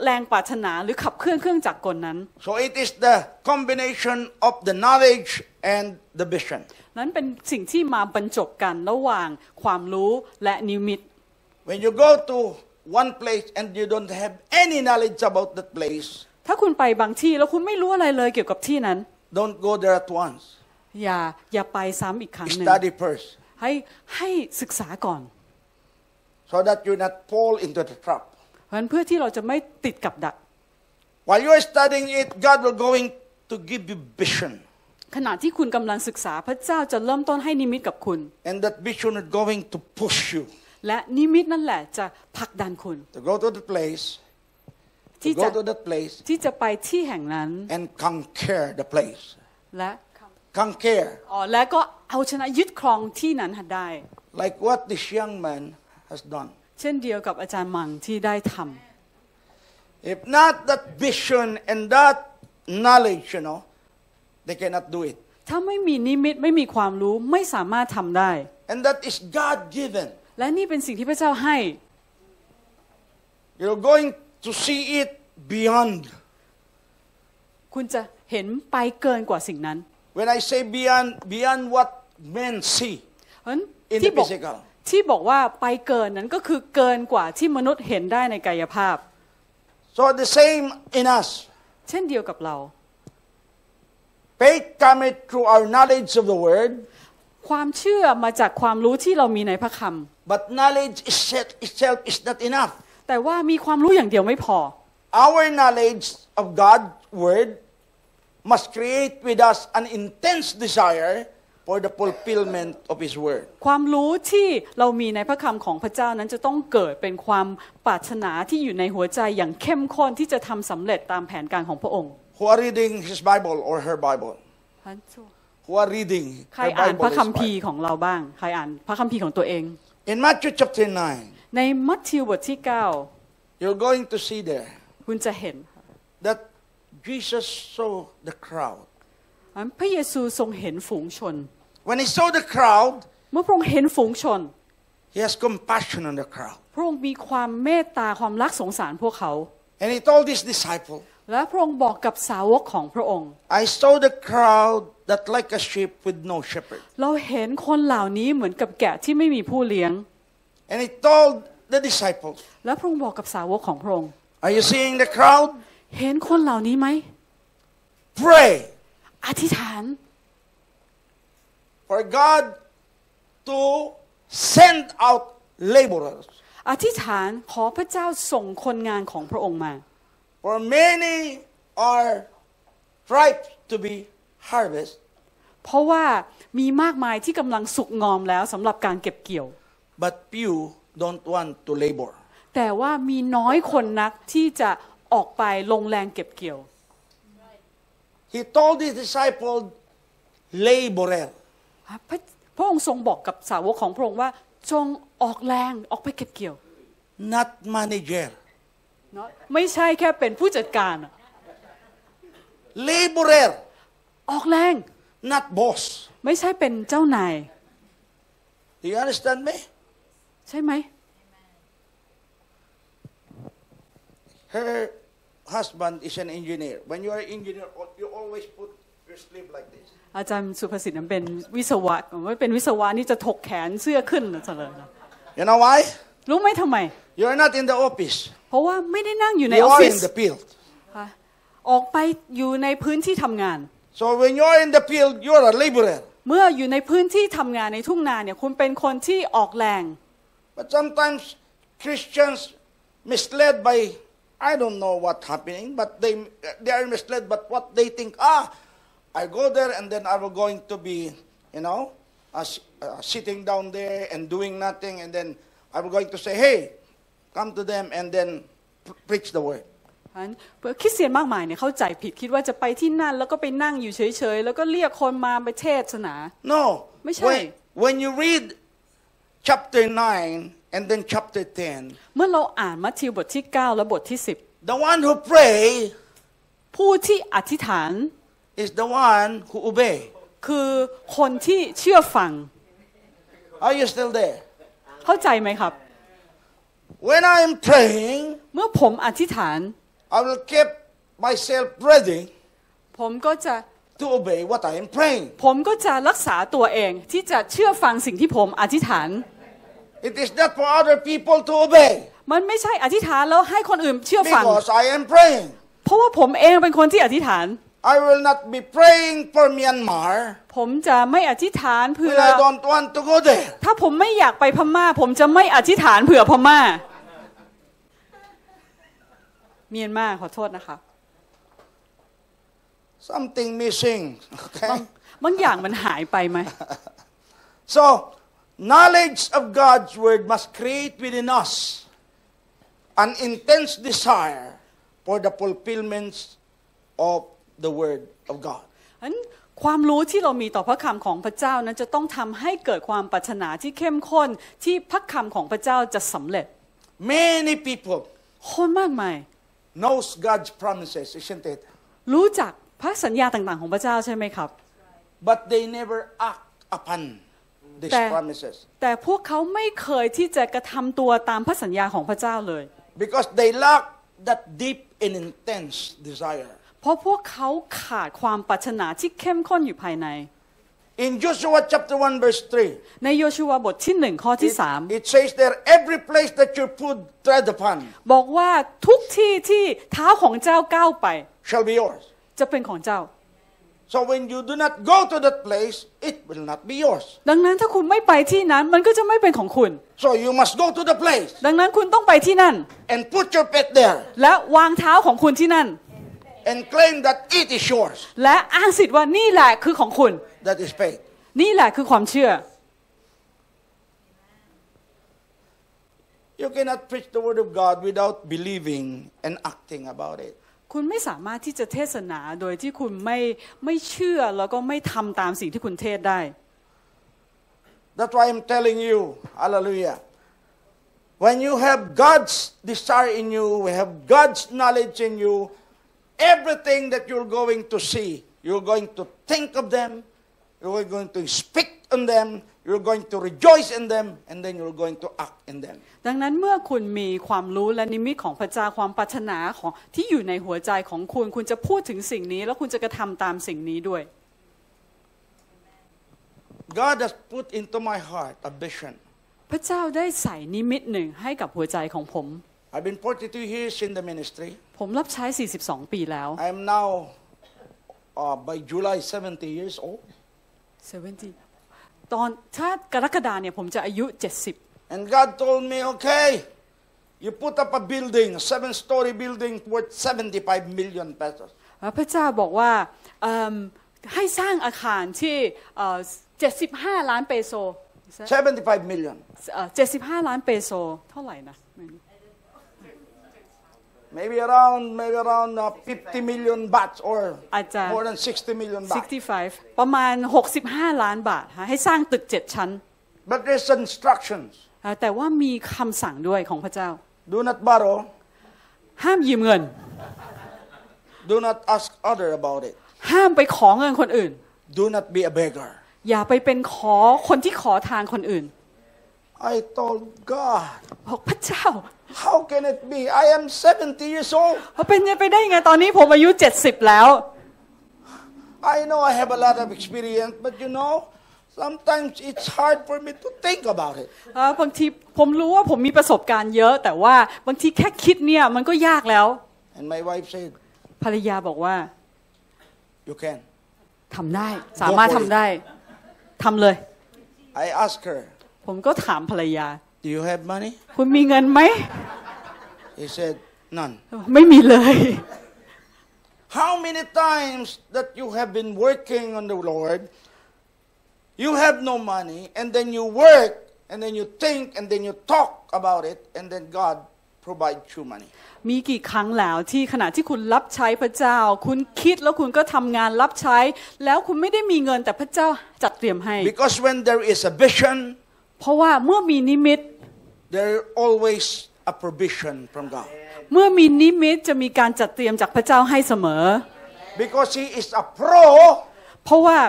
[SPEAKER 2] แรงปรารถนาหรือขับเคลื่อนเครื่องจักรกลนั้น
[SPEAKER 1] So it is the combination of the knowledge and the vision.
[SPEAKER 2] นั้นเป็นสิ่งที่มาบรรจบกันระหว่างความรู้และนิมิต
[SPEAKER 1] When you go to one place and you don't have any knowledge about that place,
[SPEAKER 2] ถ้าคุณไปบางที่แล้วคุณไม่รู้อะไรเลยเกี่ยวกับที่นั้น
[SPEAKER 1] don't go there at once.
[SPEAKER 2] อย่าอย่าไปซ้ำอีกครั้งหนึ่ง
[SPEAKER 1] Study first
[SPEAKER 2] ให้ให้ศึกษาก่อน
[SPEAKER 1] so that you not fall into the trap.
[SPEAKER 2] เพราะฉะนั้นเพื่อที่เราจะไม่ติดกับดัก
[SPEAKER 1] While you are studying it, God will going to give you vision.
[SPEAKER 2] ขณะที่คุณกำลังศึกษาพระเจ้าจะเริ่มต้นให้นิมิตกับคุณ
[SPEAKER 1] And that vision is going to push you
[SPEAKER 2] และนิมิตนั่นแหละจะผลักดันคุณ
[SPEAKER 1] to go to the place,
[SPEAKER 2] ที่
[SPEAKER 1] to
[SPEAKER 2] จะ
[SPEAKER 1] go to that place
[SPEAKER 2] ที่จะไปที่แห่งนั้น
[SPEAKER 1] and conquer the place.
[SPEAKER 2] และ
[SPEAKER 1] Conquer.
[SPEAKER 2] อ๋อและก็เอาชนะยึดครองที่นั้นได้
[SPEAKER 1] Like what this young man has done.
[SPEAKER 2] เช่นเดียวกับอาจารย์มังที่ได้ทำ
[SPEAKER 1] If not that vision and that knowledge, you know, they cannot do it.
[SPEAKER 2] ถ้าไม่มีนิมิตไม่มีความรู้ไม่สามารถทำได้
[SPEAKER 1] And that is God given.
[SPEAKER 2] และนี่เป็นสิ่งที่พระเจ้าให้
[SPEAKER 1] You're going to see it beyond.
[SPEAKER 2] คุณจะเห็นไปเกินกว่าสิ่งนั้น
[SPEAKER 1] When I say beyond, beyond what men see
[SPEAKER 2] เพราะฉะนั้น
[SPEAKER 1] in
[SPEAKER 2] ที่
[SPEAKER 1] the
[SPEAKER 2] บอก
[SPEAKER 1] physical.
[SPEAKER 2] ที่บอกว่าไปเกินนั้นก็คือเกินกว่าที่มนุษย์เห็นได้ในกายภาพ
[SPEAKER 1] So the same in us.
[SPEAKER 2] เช่นเดียวกับเรา
[SPEAKER 1] Faith cometh through our knowledge of the word,
[SPEAKER 2] ความเชื่อมาจากความรู้ที่เรามีในพระค
[SPEAKER 1] but knowledge itse- itself is not enough.
[SPEAKER 2] ำแต่ว่ามีความรู้อย่างเดียวไม่พอ
[SPEAKER 1] Our knowledge of God's word must create with us an intense desire for the fulfillment of His word.
[SPEAKER 2] ความรู้ที่เรามีในพระคำของพระเจ้านั้นจะต้องเกิดเป็นความปรารถนาที่อยู่ในหัวใจอย่างเข้มข้นที่จะทำสำเร็จตามแผนการของพระองค์
[SPEAKER 1] Who are reading His Bible or her Bible? Who are reading
[SPEAKER 2] ใคร
[SPEAKER 1] her
[SPEAKER 2] อ่าน
[SPEAKER 1] Bible?
[SPEAKER 2] พระ
[SPEAKER 1] his
[SPEAKER 2] คัมภี
[SPEAKER 1] Bible?
[SPEAKER 2] ร์ของเราบ้าง ใครอ่านพระคัมภีร์ของตัวเอง
[SPEAKER 1] In Matthew chapter 9,
[SPEAKER 2] ในมัทธิวบทที่
[SPEAKER 1] you're going to see there
[SPEAKER 2] 9 คุณจะเห็น
[SPEAKER 1] that Jesus saw the crowd.
[SPEAKER 2] พระเยซูทรงเห็นฝูงชน
[SPEAKER 1] When he saw the crowd,
[SPEAKER 2] เมื่อพระองค์เห็นฝูงชน
[SPEAKER 1] he has compassion on the crowd.
[SPEAKER 2] พระองค์มีความเมตตาความรักสงสารพวกเขา
[SPEAKER 1] And he told his disciple,
[SPEAKER 2] และพระองค์บอกกับสาวกของพระองค์
[SPEAKER 1] I saw the crowd that like a sheep with no shepherd.
[SPEAKER 2] เราเห็นคนเหล่านี้เหมือนกับแกะที่ไม่มีผู้เลี้ยง
[SPEAKER 1] And he told the disciples,
[SPEAKER 2] และพระองค์บอกกับสาวกของพระองค์
[SPEAKER 1] Are you seeing the crowd?
[SPEAKER 2] เห็นคนเหล่านี้ไหม
[SPEAKER 1] Pray
[SPEAKER 2] อธิษฐาน
[SPEAKER 1] for God to send out laborers.
[SPEAKER 2] อธิษฐานขอพระเจ้าส่งคนงานของพระองค์มา
[SPEAKER 1] For many are ripe to be harvested,
[SPEAKER 2] เพราะว่ามีมากมายที่กำลังสุกงอมแล้วสำหรับการเก็บเกี่ยว
[SPEAKER 1] but few don't want to labor.
[SPEAKER 2] แต่ว่ามีน้อยคนนักที่จะออกไปลงแรงเก็บเกี่ยว
[SPEAKER 1] He told his disciples, laborer.
[SPEAKER 2] พระพระองค์ทรงบอกกับสาวกของพระองค์ว่า จงออกแรงออกไปเก็บเกี่ยว
[SPEAKER 1] not manager.
[SPEAKER 2] เนอะไม่ใช่แค่เป็นผู้จัดการอะ
[SPEAKER 1] Laborer,
[SPEAKER 2] ออกแรง
[SPEAKER 1] not boss.
[SPEAKER 2] ไม่ใช่เป็นเจ้านาย
[SPEAKER 1] Do you understand me?
[SPEAKER 2] ใช่ไหม
[SPEAKER 1] Her husband is an engineer. When you are engineer, you always put your sleeve like this.
[SPEAKER 2] อาจารย์สุภสิทธิ์นั้นเป็นวิศวะว่าเป็นวิศวะนี่จะถกแขนเสื้อขึ้นเฉลยนะ
[SPEAKER 1] You know why?
[SPEAKER 2] รู้ไหมทำไม
[SPEAKER 1] You are not in the office.
[SPEAKER 2] เพราะว่าไม่ได้นั่งอยู่ใน
[SPEAKER 1] You
[SPEAKER 2] ออฟ
[SPEAKER 1] are
[SPEAKER 2] ฟิศ
[SPEAKER 1] in the field.
[SPEAKER 2] ค่ะออกไปอยู่ในพื้นที่ทำงาน
[SPEAKER 1] So when you're in the field, you're a laborer.
[SPEAKER 2] เมื่ออยู่ในพื้นที่ทำงานในทุ่งนาเนี่ยคุณเป็นคนที่ออกแรง
[SPEAKER 1] But sometimes Christians misled by I don't know what's happening, but they they are misled by what they think. Ah, I go there and then I'm going to be, you know, uh, s- uh, sitting down there and doing nothing, and then I'm going to say, hey, come to them and then pr- preach the word.
[SPEAKER 2] เพราะฉะนั้นคริสเตียนมากมายเนี่ยเข้าใจผิดคิดว่าจะไปที่นั่นแล้วก็ไปนั่งอยู่เฉยๆ แล้วก็เรียกคนมาไปเทศนา
[SPEAKER 1] No.
[SPEAKER 2] May
[SPEAKER 1] When,
[SPEAKER 2] say.
[SPEAKER 1] when you read chapter 9 and then chapter 10,
[SPEAKER 2] เมื่อเราอ่านมัทธิวบทที่ 9 และบทที่
[SPEAKER 1] the one who pray
[SPEAKER 2] 10 ผู้ที่อธิษฐาน
[SPEAKER 1] is the one who obey.
[SPEAKER 2] คือคนที่เชื่อฟัง
[SPEAKER 1] Are you still there?
[SPEAKER 2] เข้าใจไหมครับ
[SPEAKER 1] When I am praying,
[SPEAKER 2] เมื่อผมอธิษฐาน
[SPEAKER 1] I will keep myself ready
[SPEAKER 2] ผมก็จะ
[SPEAKER 1] to obey what I am praying.
[SPEAKER 2] ผมก็จะรักษาตัวเองที่จะเชื่อฟังสิ่งที่ผมอธิษฐาน
[SPEAKER 1] It is not for other people to obey
[SPEAKER 2] มันไม่ใช่อธิษฐานแล้วให้คนอื่นเชื่อฟัง
[SPEAKER 1] because I am praying.
[SPEAKER 2] เพราะว่าผมเองเป็นคนที่อธิษฐาน
[SPEAKER 1] I will not be praying for Myanmar
[SPEAKER 2] ผมจะไม่อธิษฐานเพื่
[SPEAKER 1] when
[SPEAKER 2] อ
[SPEAKER 1] I don't want to go there.
[SPEAKER 2] ถ้าผมไม่อยากไปพม่า ผมจะไม่อธิษฐานเผื่อพม่า เมียนมาขอโทษนะคะ
[SPEAKER 1] Something missing.
[SPEAKER 2] บาง
[SPEAKER 1] Okay.
[SPEAKER 2] บางอย่างมันหายไปไหม
[SPEAKER 1] So, knowledge of God's word must create within us an intense desire for the fulfillments of the word of God.
[SPEAKER 2] อันความรู้ที่เรามีต่อพระคำของพระเจ้านั้นจะต้องทำให้เกิดความปรารถนาที่เข้มข้นที่พระคำของพระเจ้าจะสำเร็จ
[SPEAKER 1] Many people
[SPEAKER 2] คนมากมาย
[SPEAKER 1] knows God's promises, isn't it?
[SPEAKER 2] รู้จักพระสัญญาต่างๆของพระเจ้าใช่ไหมครับ
[SPEAKER 1] But they never act upon these
[SPEAKER 2] Te-
[SPEAKER 1] promises
[SPEAKER 2] แต่พวกเขาไม่เคยที่จะกระทำตัวตามพระสัญญาของพระเจ้าเลย
[SPEAKER 1] because they lack that deep and intense desire.
[SPEAKER 2] เพราะพวกเขาขาดความปรารถนาที่เข้มข้นอยู่ภายใน
[SPEAKER 1] In Joshua chapter 1 verse 3,
[SPEAKER 2] ในโยชูวาบทที่หนึ่งข้อที่
[SPEAKER 1] it, it says there, every place that your foot tread upon
[SPEAKER 2] 3 บอกว่าทุกที่ที่เท้าของเจ้าก้าวไป
[SPEAKER 1] shall be yours.
[SPEAKER 2] จะเป็นของเจ้า
[SPEAKER 1] So when you do not go to that place, it will not be yours.
[SPEAKER 2] ดังนั้นถ้าคุณไม่ไปที่นั้นมันก็จะไม่เป็นของคุณ
[SPEAKER 1] So you must go to the place
[SPEAKER 2] ดังนั้นคุณต้องไปที่นั่น
[SPEAKER 1] and put your feet there
[SPEAKER 2] และวางเท้าของคุณที่นั่น
[SPEAKER 1] and claim that it is yours.
[SPEAKER 2] และอ้างสิทธิ์ว่านี่แหละคือของคุณ
[SPEAKER 1] That is faith.
[SPEAKER 2] นี่แหละคือความเชื่อ
[SPEAKER 1] You cannot preach the word of God without believing and acting about it.
[SPEAKER 2] คุณไม่สามารถที่จะเทศนาโดยที่คุณไม่ไม่เชื่อแล้วก็ไม่ทำตามสิ่งที่คุณเทศได้
[SPEAKER 1] That's why I'm telling you, hallelujah. When you have God's desire in you, we have God's knowledge in you, everything that you're going to see, you're going to think of them, you're going to speak on them, you're going to rejoice in them, and then you're going to act in them.
[SPEAKER 2] ดังนั้นเมื่อคุณมีความรู้และนิมิตของพระเจ้าความปรารถนาของที่อยู่ในหัวใจของคุณ คุณจะพูดถึงสิ่งนี้ แล้วคุณจะกระทำตามสิ่งนี้ด้วย
[SPEAKER 1] God has put into my heart a vision.
[SPEAKER 2] พระเจ้าได้ใส่นิมิตหนึ่งให้กับหัวใจของผม
[SPEAKER 1] I've been 42 years in the ministry.
[SPEAKER 2] ผมรับใช้ 42 ปีแล้ว
[SPEAKER 1] I am now, uh, by July, 70 years old.
[SPEAKER 2] 70ตอนถ้ากรกฎาเนี่ยผมจะอายุ 70
[SPEAKER 1] And God told me, okay, you put up a building, a seven story building worth 75 million pesos.
[SPEAKER 2] แล้วพระเจ้าบอกว่าเอิ่มให้สร้างอาคารที่เอ่อ75 ล้านเปโซ
[SPEAKER 1] 75 million.
[SPEAKER 2] เอ่อ75 ล้านเปโซ เท่าไหร่นะ
[SPEAKER 1] Maybe around, maybe around uh, 50 million baht or
[SPEAKER 2] At, uh,
[SPEAKER 1] more than 60 million baht.
[SPEAKER 2] 65 ประมาณ 65 ล้านบาทฮะให้สร้างตึก 7 ชั้น
[SPEAKER 1] But there's instructions.
[SPEAKER 2] อ่าแต่ว่ามีคำสั่งด้วยของพระเจ้า
[SPEAKER 1] Do not borrow.
[SPEAKER 2] ห้ามยืมเงิน
[SPEAKER 1] Do not ask other about it.
[SPEAKER 2] ห้ามไปขอเงินคนอื่น
[SPEAKER 1] Do not be a beggar.
[SPEAKER 2] อย่าไปเป็นขอคนที่ขอทานคนอื่น
[SPEAKER 1] I told God,
[SPEAKER 2] บอกพระเจ้า
[SPEAKER 1] how can it be? I am 70 years old.
[SPEAKER 2] เอาเป็นไปได้ยังไงตอนนี้ผมอายุ 70 แล้ว
[SPEAKER 1] I know I have a lot of experience, but you know, sometimes it's hard for me to think about it.
[SPEAKER 2] เอ่อบางทีผมรู้ว่าผมมีประสบการณ์เยอะ แต่ว่าบางทีแค่คิดเนี่ยมันก็ยากแล้ว
[SPEAKER 1] And my wife said,
[SPEAKER 2] ภรรยาบอกว่า
[SPEAKER 1] You can.
[SPEAKER 2] ทำได้ สามารถทำได้ทำเลย
[SPEAKER 1] I asked her,
[SPEAKER 2] ผมก็ถามภรรยา
[SPEAKER 1] Do you have money?
[SPEAKER 2] คุณมีเงินไหม
[SPEAKER 1] He said, None.
[SPEAKER 2] ไม่มีเลย
[SPEAKER 1] How many times that you have been working on the Lord, you have no money, and then you work, and then you think, and then you talk about it, and then God provides you money.
[SPEAKER 2] มีกี่ครั้งแล้วที่ขณะที่คุณรับใช้พระเจ้า คุณคิดแล้วคุณก็ทำงานรับใช้ แล้วคุณไม่ได้มีเงินแต่พระเจ้าจัดเตรียมให้
[SPEAKER 1] Because when there is a vision,
[SPEAKER 2] เพราะว่าเมื่อมีนิมิต
[SPEAKER 1] there always a provision from God.
[SPEAKER 2] เมื่อมีนิมิตจะมีการจัดเตรียมจากพระเจ้าให้เสมอ
[SPEAKER 1] Because He is a pro
[SPEAKER 2] เพราะว่า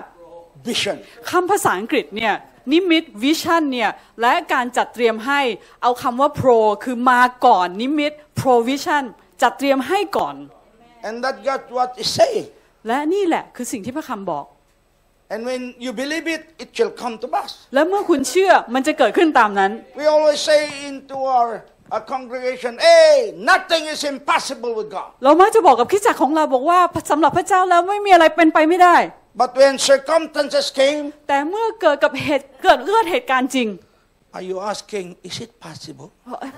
[SPEAKER 1] vision.
[SPEAKER 2] คำภาษาอังกฤษเนี่ยนิมิตวิชั่นเนี่ยและการจัดเตรียมให้เอาคำว่า pro คือมาก่อนนิมิต provision จัดเตรียมให้ก่อน
[SPEAKER 1] And that God what is saying.
[SPEAKER 2] และนี่แหละคือสิ่งที่พระคำบอก
[SPEAKER 1] And when you believe it, it shall come to pass.
[SPEAKER 2] และเมื่อคุณเชื่อมันจะเกิดขึ้นตามนั้น
[SPEAKER 1] We always say into our, our congregation, hey, nothing is impossible with God.
[SPEAKER 2] เรามักจะบอกกับคริดจักรของเราบอกว่าสำหรับพระเจ้าแล้วไม่มีอะไรเป็นไปไม่ได้
[SPEAKER 1] But when circumstances came,
[SPEAKER 2] แต่เมื่อเกิดกับเหตุเกิดเกิดเหตุการณ์จริง
[SPEAKER 1] are you asking, is it possible?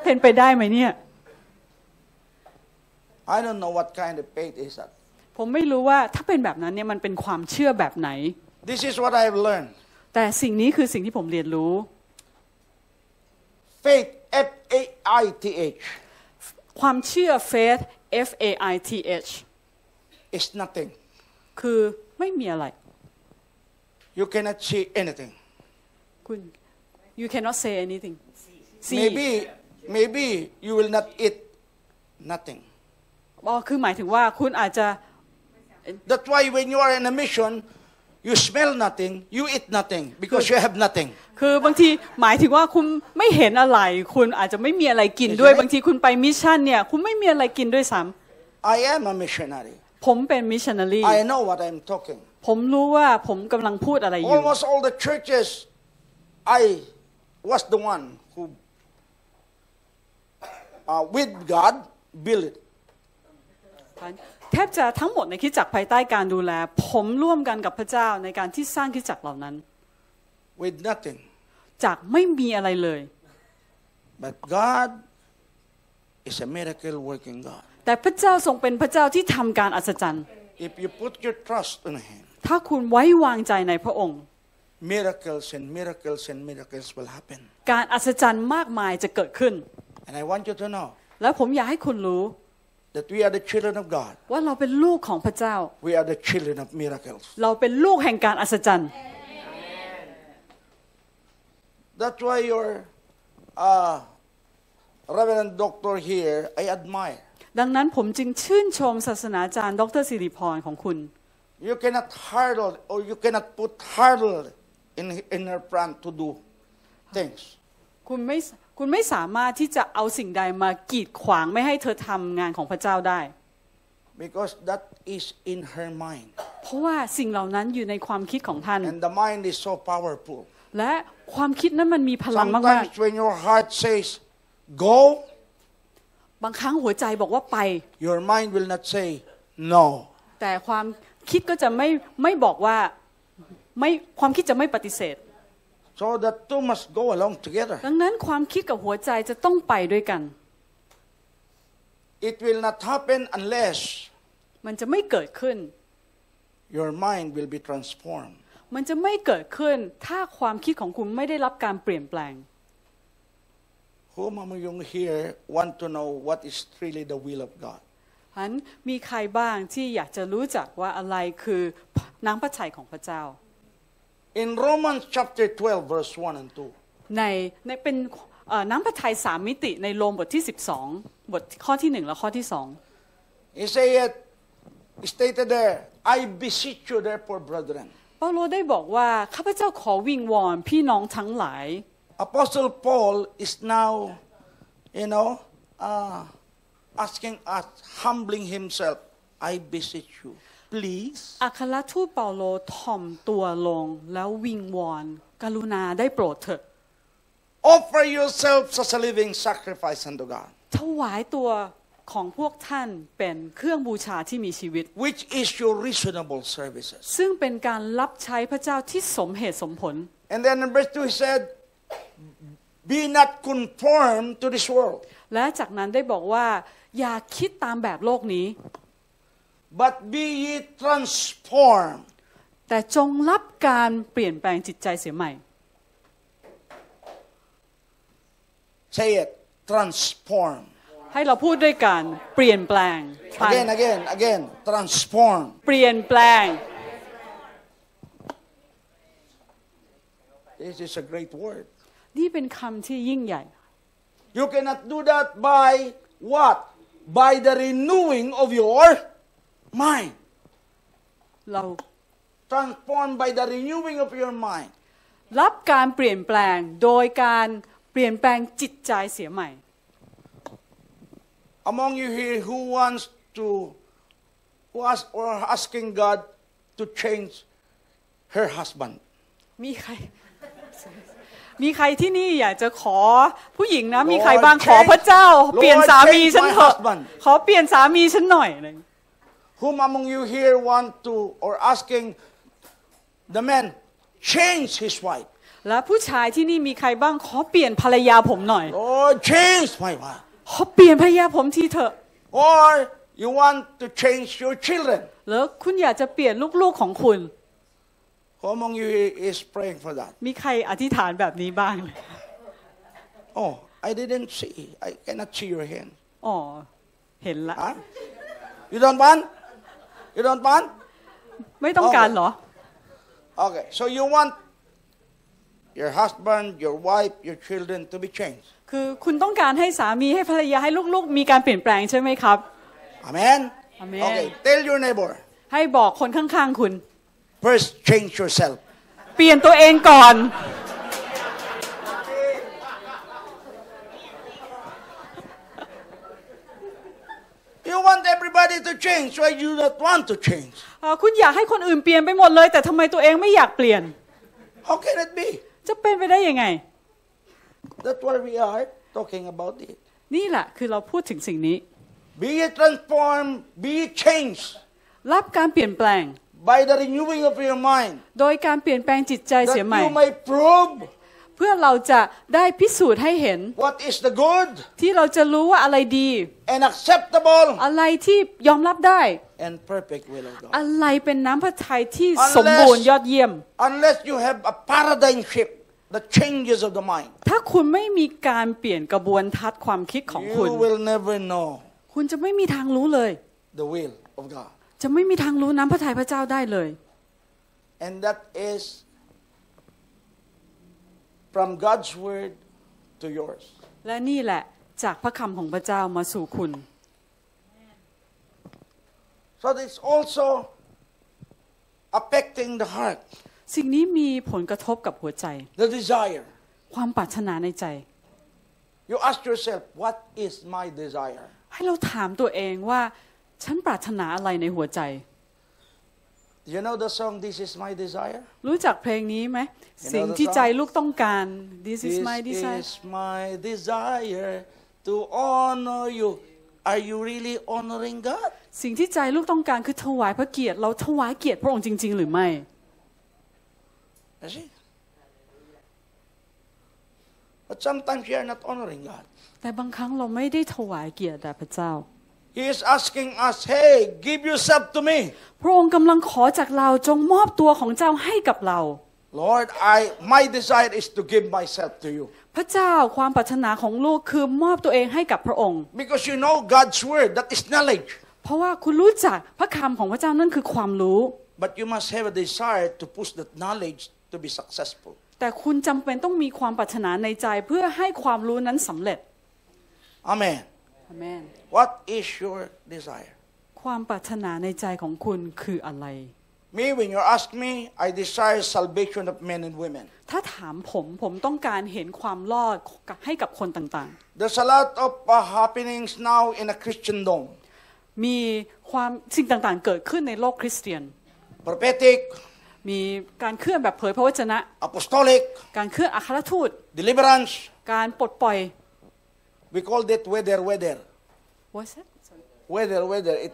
[SPEAKER 2] เป็นไปได้ไหมเนี่ย
[SPEAKER 1] I don't know what kind of faith is that.
[SPEAKER 2] ผมไม่รู้ว่าถ้าเป็นแบบนั้นเนี่ยมันเป็นความเชื่อแบบไหน
[SPEAKER 1] This is what I've learned.
[SPEAKER 2] แต่สิ่งนี้คือสิ่งที่ผมเรียนรู้
[SPEAKER 1] Faith, F A I T H,
[SPEAKER 2] ความเชื่อ faith F A I T H
[SPEAKER 1] is nothing.
[SPEAKER 2] คือไม่มีอะไร
[SPEAKER 1] You cannot see anything.
[SPEAKER 2] คุณ you cannot say anything see
[SPEAKER 1] Maybe, maybe you will not eat nothing.
[SPEAKER 2] อ๋อคือหมายถึงว่าคุณอาจจะ
[SPEAKER 1] That's why when you are in a mission, you smell nothing, you eat nothing, because you have nothing.
[SPEAKER 2] คือบางทีหมายถึงว่าคุณไม่เห็นอะไร คุณอาจจะไม่มีอะไรกินด้วย
[SPEAKER 1] ใช่ไหม
[SPEAKER 2] บางทีคุณไปมิชชั่นเนี่ยคุณไม่มีอะไรกินด้วยซ้ำ
[SPEAKER 1] I am a missionary.
[SPEAKER 2] ผมเป็นมิชชันนารี
[SPEAKER 1] I know what I'm talking.
[SPEAKER 2] ผมรู้ว่าผมกำลังพูดอะไรอยู่
[SPEAKER 1] Almost all the churches, I was the one who, uh, with God, built it.
[SPEAKER 2] แทบจะทั้งหมดในคริดจักรภายใต้การดูแล ผมร่วมกันกับพระเจ้าในการที่สร้างคริดจักรเหล่านั้น
[SPEAKER 1] with nothing.
[SPEAKER 2] จากไม่มีอะไรเลย
[SPEAKER 1] But God is a miracle working God.
[SPEAKER 2] แต่พระเจ้าทรงเป็นพระเจ้าที่ทำการอัศจรรย์
[SPEAKER 1] If you put your trust in Him,
[SPEAKER 2] ถ้าคุณไว้วางใจในพระองค์
[SPEAKER 1] miracles and miracles and miracles will happen.
[SPEAKER 2] การอัศจรรย์มากมายจะเกิดขึ้น
[SPEAKER 1] And I want you to know
[SPEAKER 2] และผมอยากให้คุณรู้
[SPEAKER 1] that we are the children of God.
[SPEAKER 2] ว่าเราเป็นลูกของพระเจ้า
[SPEAKER 1] We are the children of miracles.
[SPEAKER 2] เราเป็นลูกแห่งการอัศจรรย์
[SPEAKER 1] That's why your uh, Reverend Doctor here, I admire.
[SPEAKER 2] ดังนั้นผมจึงชื่นชมศาสนาจารย์ ดรสิริพรของคุณ
[SPEAKER 1] You cannot hurdle or you cannot put hurdle in, in her plan to do things.
[SPEAKER 2] คุณไม่คุณไม่สามารถที่จะเอาสิ่งใดมากีดขวางไม่ให้เธอทำงานของพระเจ้าได้
[SPEAKER 1] Because that is in her mind.
[SPEAKER 2] เพราะว่าสิ่งเหล่านั้นอยู่ในความคิดของท่าน
[SPEAKER 1] And the mind is so powerful.
[SPEAKER 2] และความคิดนั้นมันมีพลังมาก
[SPEAKER 1] Sometimes when your heart says, go,
[SPEAKER 2] ๆ บางครั้งหัวใจบอกว่าไป
[SPEAKER 1] your mind will not say, no.
[SPEAKER 2] แต่ความคิดก็จะไม่ไม่บอกว่าไม่ความคิดจะไม่ปฏิเสธ
[SPEAKER 1] So the two must go along together.
[SPEAKER 2] ดังนั้นความคิดกับหัวใจจะต้องไปด้วยกัน
[SPEAKER 1] It will not happen unless
[SPEAKER 2] มันจะไม่เกิดขึ้น
[SPEAKER 1] your mind will be transformed.
[SPEAKER 2] มันจะไม่เกิดขึ้น ถ้าความคิดของคุณไม่ได้รับการเปลี่ยนแปลง
[SPEAKER 1] Whom among you here want to know what is really the will of God?
[SPEAKER 2] ฉะนั้นมีใครบ้างที่อยากจะรู้จักว่าอะไรคือน้ำพระทัยของพระเจ้า
[SPEAKER 1] In Romans chapter 12, verse 1 and 2,
[SPEAKER 2] ในในเป็นเอ่อน้ำพระทัยสามมิติในโรมบทที่ 12 บทข้อที่ 1 และข้อที่
[SPEAKER 1] he said, stated there, I beseech you therefore, brethren.
[SPEAKER 2] 2 เปาโลได้บอกว่า ข้าพเจ้าขอวิงวอนพี่น้องทั้งหลาย
[SPEAKER 1] Apostle Paul is now, you know, uh, asking us, humbling himself. I beseech you, please.
[SPEAKER 2] อัครทูตเปาโลถ่อมตัวลงแล้ววิงวอนกรุณาได้โปรดเถิด
[SPEAKER 1] Offer yourselves as a living sacrifice unto God.
[SPEAKER 2] ถวายตัว ของพวกท่านเป็นเครื่องบูชาที่มีชีวิต
[SPEAKER 1] which is your reasonable services.
[SPEAKER 2] ซึ่งเป็นการรับใช้พระเจ้าที่สมเหตุสมผล
[SPEAKER 1] And then in verse 2 he said, Be not conformed to this world,
[SPEAKER 2] และจากนั้นได้บอกว่า อย่าคิดตามแบบโลกนี้
[SPEAKER 1] but be ye transformed.
[SPEAKER 2] แต่จงรับการเปลี่ยนแปลงจิตใจเสียใหม่
[SPEAKER 1] Say it, transform.
[SPEAKER 2] ให้เราพูดด้วยกันเปลี่ยนแปลง
[SPEAKER 1] Again, again, again, transform.
[SPEAKER 2] เปลี่ยนแปลง
[SPEAKER 1] This is a great word.
[SPEAKER 2] นี่เป็นคำที่ยิ่งใหญ่
[SPEAKER 1] You cannot do that by what? By the renewing of your mind.
[SPEAKER 2] เรา
[SPEAKER 1] Transformed by the renewing of your mind.
[SPEAKER 2] รับการเปลี่ยนแปลงโดยการเปลี่ยนแปลงจิตใจเสียใหม่
[SPEAKER 1] among you here who wants to who ask, or are asking God to change her husband.
[SPEAKER 2] มีใคร มีใครที่นี่อยากจะขอผู้หญิงนะ มีใครบ้าง
[SPEAKER 1] Lord,
[SPEAKER 2] ขอพระเจ้า
[SPEAKER 1] change-
[SPEAKER 2] เปลี่ยนสามี
[SPEAKER 1] Lord, change
[SPEAKER 2] ฉันเถอะ
[SPEAKER 1] my husband.
[SPEAKER 2] ขอเปลี่ยนสามีฉันหน่อยอะไรอย่างเงี้ย
[SPEAKER 1] Whom among you here want to or asking the man change his wife?
[SPEAKER 2] และผู้ชายที่นี่มีใครบ้างขอเปลี่ยนภรรยาผมหน่อย
[SPEAKER 1] Lord, change my wife.
[SPEAKER 2] ขอเปลี่ยนภรรยาผมทีเถอะ
[SPEAKER 1] Or you want to change your children.
[SPEAKER 2] แล้วคุณอยากจะเปลี่ยนลูกๆของคุณ
[SPEAKER 1] Who among you here is praying for that?
[SPEAKER 2] มีใครอธิษฐานแบบนี้บ้างเลย
[SPEAKER 1] Oh, I didn't see. I cannot see your hand.
[SPEAKER 2] อ๋อ เห็นละ
[SPEAKER 1] Huh? You don't want? You don't want?
[SPEAKER 2] ไม่ต้องการเหรอ
[SPEAKER 1] Okay, so you want your husband, your wife, your children to be changed.
[SPEAKER 2] คือคุณต้องการให้สามีให้ภรรยาให้ลูกๆ มีการเปลี่ยนแปลงใช่ไหมครับ
[SPEAKER 1] Amen?
[SPEAKER 2] Amen.
[SPEAKER 1] Okay, tell your neighbor,
[SPEAKER 2] ให้บอกคนข้างๆคุณ
[SPEAKER 1] first change yourself.
[SPEAKER 2] เปลี่ยนตัวเองก่อน
[SPEAKER 1] You want everybody to change, why you not want to change?
[SPEAKER 2] เอ่อคุณอยากให้คนอื่นเปลี่ยนไปหมดเลย แต่ทำไมตัวเองไม่อยากเปลี่ยน
[SPEAKER 1] How can it be?
[SPEAKER 2] จะเป็นไปได้ยังไง
[SPEAKER 1] That's why we are talking about it.
[SPEAKER 2] นี่แหละคือเราพูดถึงสิ่งนี้
[SPEAKER 1] Be ye transformed, be ye changed
[SPEAKER 2] รับการเปลี่ยนแปลง
[SPEAKER 1] by the renewing of your mind,
[SPEAKER 2] โดยการเปลี่ยนแปลงจิตใจ
[SPEAKER 1] that
[SPEAKER 2] เสีย
[SPEAKER 1] you
[SPEAKER 2] ใหม่
[SPEAKER 1] may prove
[SPEAKER 2] เพื่อเราจะได้พิสูจน์ให้เห็น
[SPEAKER 1] what is the good
[SPEAKER 2] ที่เราจะรู้ว่าอะไรดี
[SPEAKER 1] and acceptable
[SPEAKER 2] อะไรที่ยอมรับได้
[SPEAKER 1] and perfect will of God.
[SPEAKER 2] อะไรเป็นน้ำพระทัยที่สมบูรณ์ยอดเยี่ยม
[SPEAKER 1] unless you have a paradigm shift, the changes of the mind,
[SPEAKER 2] ถ้าคุณไม่มีการเปลี่ยนกระบวนทัศน์ความคิดของ
[SPEAKER 1] you
[SPEAKER 2] คุณ
[SPEAKER 1] will never know
[SPEAKER 2] คุณจะไม่มีทางรู้เลย
[SPEAKER 1] the will of God.
[SPEAKER 2] จะไม่มีทางรู้น้ำพระทัยพระเจ้าได้เลย
[SPEAKER 1] And that is from God's word to yours.
[SPEAKER 2] และนี่แหละจากพระคำของพระเจ้ามาสู่คุณ
[SPEAKER 1] So it's also affecting the heart,
[SPEAKER 2] สิ่งนี้มีผลกระทบกับหัวใจ
[SPEAKER 1] the desire.
[SPEAKER 2] ความปรารถนาในใจ
[SPEAKER 1] You ask yourself, what is my desire?
[SPEAKER 2] ให้เราถามตัวเองว่า ฉันปรารถนาอะไรในหัวใจ
[SPEAKER 1] You know the song, This Is My Desire?
[SPEAKER 2] รู้จักเพลงนี้ไหม สิ่งที่ใจลูกต้องการ This is
[SPEAKER 1] This
[SPEAKER 2] my desire
[SPEAKER 1] is my desire to honor you. Are you really honoring God?
[SPEAKER 2] สิ่งที่ใจลูกต้องการคือถวายพระเกียรติ เราถวายเกียรติพระองค์จริง ๆ หรือไม่
[SPEAKER 1] You see? But sometimes you are not honoring God.
[SPEAKER 2] แต่บางครั้งเราไม่ได้ถวายเกียรติแด่พระเจ้า
[SPEAKER 1] He is asking us, hey, give yourself to me.
[SPEAKER 2] พระองค์กำลังขอจากเราจงมอบตัวของเจ้าให้กับเรา
[SPEAKER 1] Lord, I my desire is to give myself to you.
[SPEAKER 2] พระเจ้าความปรารถนาของลูกคือมอบตัวเองให้กับพระองค์
[SPEAKER 1] Because you know God's word, that is knowledge.
[SPEAKER 2] เพราะว่าคุณรู้จักพระคำของพระเจ้านั่นคือความรู้
[SPEAKER 1] But you must have a desire to push that knowledge to be successful.
[SPEAKER 2] แต่คุณจำเป็นต้องมีความปรารถนาในใจเพื่อให้ความรู้นั้นสำเร็จ
[SPEAKER 1] Amen.
[SPEAKER 2] อาเมน
[SPEAKER 1] What is your desire?
[SPEAKER 2] ความปรารถนาในใจของคุณคืออะไร
[SPEAKER 1] Me, when you ask me, I desire salvation of men and women.
[SPEAKER 2] ถ้าถามผมผมต้องการเห็นความรอดให้กับคนต่างๆ
[SPEAKER 1] There's a lot of uh, happenings now in a Christendom.
[SPEAKER 2] มีความสิ่งต่างๆ เกิดขึ้นในโลกคริสเตียน
[SPEAKER 1] Prophetic,
[SPEAKER 2] มีการเคลื่อนแบบเผยพระวจนะ
[SPEAKER 1] apostolic,
[SPEAKER 2] การเคลื่อนอัครทูต
[SPEAKER 1] deliverance.
[SPEAKER 2] การปลดปล่อย
[SPEAKER 1] We call that weather, weather.
[SPEAKER 2] What's that
[SPEAKER 1] Whether, whether, it,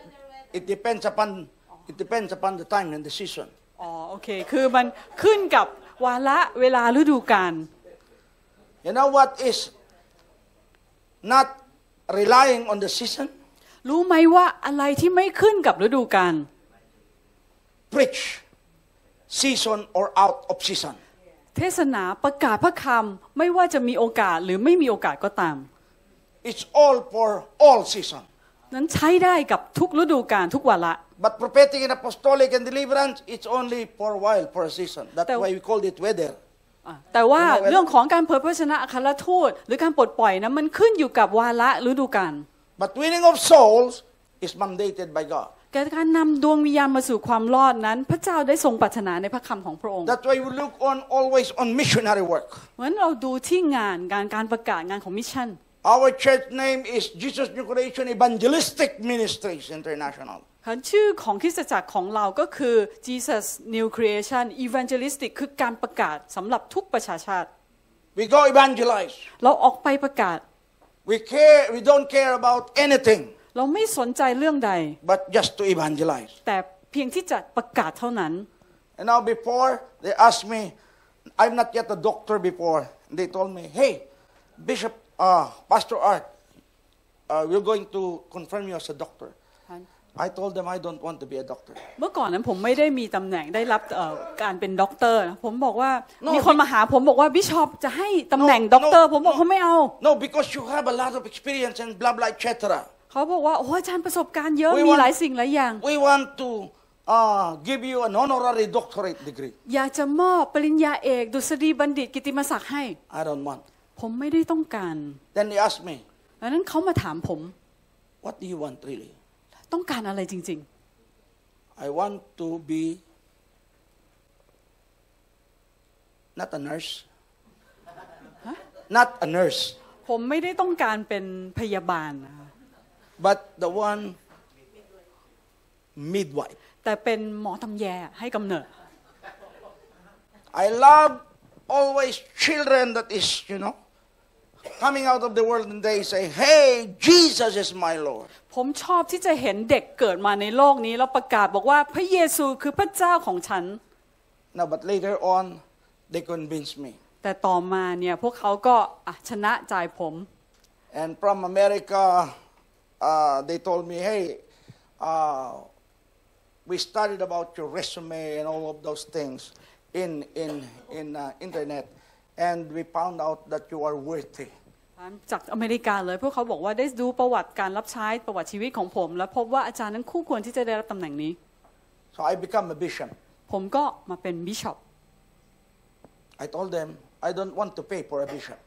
[SPEAKER 1] it depends upon, it depends upon the time and the season.
[SPEAKER 2] อ๋อโอเค คือมันขึ้นกับวาระเวลาฤดูกาล
[SPEAKER 1] You know what is not relying on the season?
[SPEAKER 2] รู้ไหมว่าอะไรที่ไม่ขึ้นกับฤดูกาล
[SPEAKER 1] Preach, season or out of season.
[SPEAKER 2] เทศนาประกาศพระคำไม่ว่าจะมีโอกาสหรือไม่มีโอกาสก็ตาม
[SPEAKER 1] It's all for all season.
[SPEAKER 2] นั้นใช้ได้กับทุกฤดูกาลทุกวาระ
[SPEAKER 1] But prophetic and apostolic and deliverance, it's only for a while, for a season. That's
[SPEAKER 2] Tao-
[SPEAKER 1] why we called it weather.
[SPEAKER 2] อ่ะแต่ว่า
[SPEAKER 1] เอาไว้
[SPEAKER 2] เรื่องของการเผยพระชนะอัครทูตหรือการปลดปล่อยนะมันขึ้นอยู่กับวาระฤดูกาล
[SPEAKER 1] But winning of souls is mandated by God.
[SPEAKER 2] แต่การนำดวงวิญญาณมาสู่ความรอดนั้น พระเจ้าได้ทรงปรารถนาในพระคำของพระองค์
[SPEAKER 1] That's why we look on always on missionary work.
[SPEAKER 2] เพราะฉะนั้นเราดูที่งานการการประกาศงานของมิชชั่น
[SPEAKER 1] Our church name is Jesus New Creation Evangelistic Ministries International.
[SPEAKER 2] ค่ะชื่อของคริสตจักรของเราก็คือ Jesus New Creation Evangelistic คือการประกาศสำหรับทุกประชาชาติ
[SPEAKER 1] We go evangelize.
[SPEAKER 2] เราออกไปประกาศ
[SPEAKER 1] We care. We don't care about anything
[SPEAKER 2] เราไม่สนใจเรื่องใด
[SPEAKER 1] but just to evangelize.
[SPEAKER 2] แต่เพียงที่จะประกาศเท่านั้น
[SPEAKER 1] And now before they asked me, I'm not yet a doctor before. They told me, hey, Bishop, uh, Pastor Art, uh, we're going to confirm you as a doctor. I told them I don't want to be a doctor.
[SPEAKER 2] เมื่อก่อนนั้นผมไม่ได้มีตำแหน่งได้รับเอ่อการเป็นด็อกเตอร์นะผมบอกว่า
[SPEAKER 1] No,
[SPEAKER 2] มีคนมาหาผมบอกว่าบิชอปจะให้ตำแหน่ง
[SPEAKER 1] No,
[SPEAKER 2] ด็อกเตอร์
[SPEAKER 1] no,
[SPEAKER 2] ผมบอก
[SPEAKER 1] no.
[SPEAKER 2] เขาไม่เอา
[SPEAKER 1] No, because you have a lot of experience and blah, blah, etc.
[SPEAKER 2] เขาบอกว่า โอ้ยอาจารย์ประสบการณ์เยอะ
[SPEAKER 1] We
[SPEAKER 2] มี
[SPEAKER 1] want-
[SPEAKER 2] หลายสิ่งหลายอย่าง
[SPEAKER 1] We want to uh, give you an honorary doctorate degree.
[SPEAKER 2] อยากจะมอบปริญญาเอกดุษฎีบัณฑิตกิตติมศักดิ์ให้
[SPEAKER 1] I don't want.
[SPEAKER 2] ผมไม่ได้ต้องการ
[SPEAKER 1] Then they asked me,
[SPEAKER 2] ดังนั้นเขามาถามผม
[SPEAKER 1] what do you want really?
[SPEAKER 2] ต้องการอะไรจริง
[SPEAKER 1] I want to be not a nurse. Not a nurse,
[SPEAKER 2] ๆ ผมไม่ได้ต้องการเป็นพยาบาลนะคะ
[SPEAKER 1] but the one midwife.
[SPEAKER 2] แต่เป็นหมอตำแยให้กำเนิด
[SPEAKER 1] I love always children that is, you know, coming out of the world and they say, Hey, Jesus is my Lord.
[SPEAKER 2] ผมชอบที่จะเห็นเด็กเกิดมาในโลกนี้ แล้วประกาศบอกว่าพระเยซูคือพระเจ้าของฉัน
[SPEAKER 1] Now, but later on, they convinced me.
[SPEAKER 2] แต่ต่อมาเนี่ยพวกเขาก็อ่ะชนะใจผม
[SPEAKER 1] And from America, uh, they told me, hey, uh, we studied about your resume and all of those things in, in, in uh, internet, and we found out that you are worthy.
[SPEAKER 2] จากอเมริกาเลยพวกเขาบอกว่าได้ดูประวัติการรับใช้ประวัติชีวิตของผม แล้วพบว่าอาจารย์นั้นคู่ควรที่จะได้รับตำแหน่งนี้
[SPEAKER 1] So I become a bishop.
[SPEAKER 2] ผมก็มาเป็นบิชอป
[SPEAKER 1] I told them, I don't want to pay for a bishop.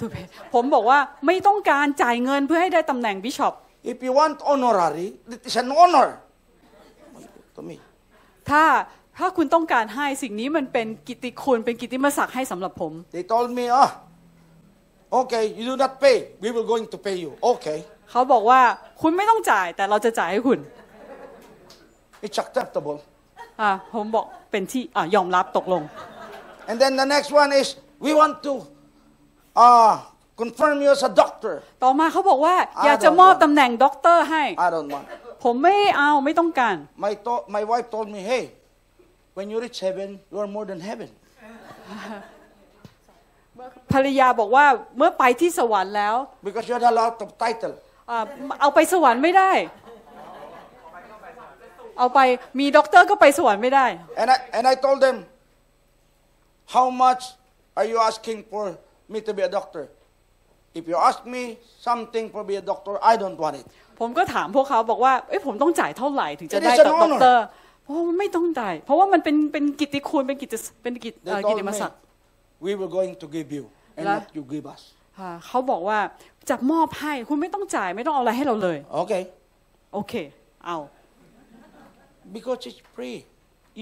[SPEAKER 2] ถูกไหมผมบอกว่าไม่ต้องการจ่ายเงินเพื่อให้ได้ตำแหน่งบิชอป
[SPEAKER 1] If you want honorary, it is an honor to me.
[SPEAKER 2] ถ้าถ้าคุณต้องการให้สิ่งนี้มันเป็นกิตติคุณเป็นกิตติมศักดิ์ให้สำหรับผม
[SPEAKER 1] They told me, ah, okay, you do not pay. We were going to pay you. Okay,
[SPEAKER 2] เขาบอกว่าคุณไม่ต้องจ่ายแต่เราจะจ่ายให้คุณ
[SPEAKER 1] it's acceptable.
[SPEAKER 2] อ่ะผมบอกเป็นที่อ่ะยอมรับตกลง
[SPEAKER 1] And then the next one is we want to uh, confirm you as a doctor.
[SPEAKER 2] ต่อมาเขาบอกว่า
[SPEAKER 1] อ่ะ
[SPEAKER 2] อยากจะมอบ
[SPEAKER 1] เดี๋ยว
[SPEAKER 2] ตำแหน่งด็อกเตอร์ให้
[SPEAKER 1] I don't want.
[SPEAKER 2] ผมไม่เอาไม่ต้องการ
[SPEAKER 1] My, to- my wife told me, hey, when you reach heaven, you are more than heaven.
[SPEAKER 2] ภรรยาบอกว่าเมื่อไปที่สวรรค์แล้ว
[SPEAKER 1] Because you had a lot of title.
[SPEAKER 2] อ่ะเอาไปสวรรค์ไม่ได้ เอาไปมีด็อกเตอร์ก็ไปสวรรค์ไม่ได้
[SPEAKER 1] And I, and I told them, how much are you asking for me to be a doctor? If you ask me something for be a doctor, I don't want it.
[SPEAKER 2] ผมก็ถามพวกเขาบอกว่า เอ้ยผมต้องจ่ายเท่าไหร่ถึงจะได้
[SPEAKER 1] It is an
[SPEAKER 2] ด็อก
[SPEAKER 1] honor
[SPEAKER 2] เตอร์เพราะว่าไม่ต้องจ่ายเพราะว่ามันเป็นเป็นกิตติคุณเป็นกิตติเป็นกิต
[SPEAKER 1] They
[SPEAKER 2] เอ่อกิต
[SPEAKER 1] told
[SPEAKER 2] ติม
[SPEAKER 1] me,
[SPEAKER 2] ศักดิ์
[SPEAKER 1] we were going to give you and
[SPEAKER 2] La-
[SPEAKER 1] not you give us.
[SPEAKER 2] อ่าเขาบอกว่าจะมอบให้คุณไม่ต้องจ่ายไม่ต้องเอาอะไรให้เราเลย
[SPEAKER 1] Okay.
[SPEAKER 2] โอเค เอา
[SPEAKER 1] Because it's free.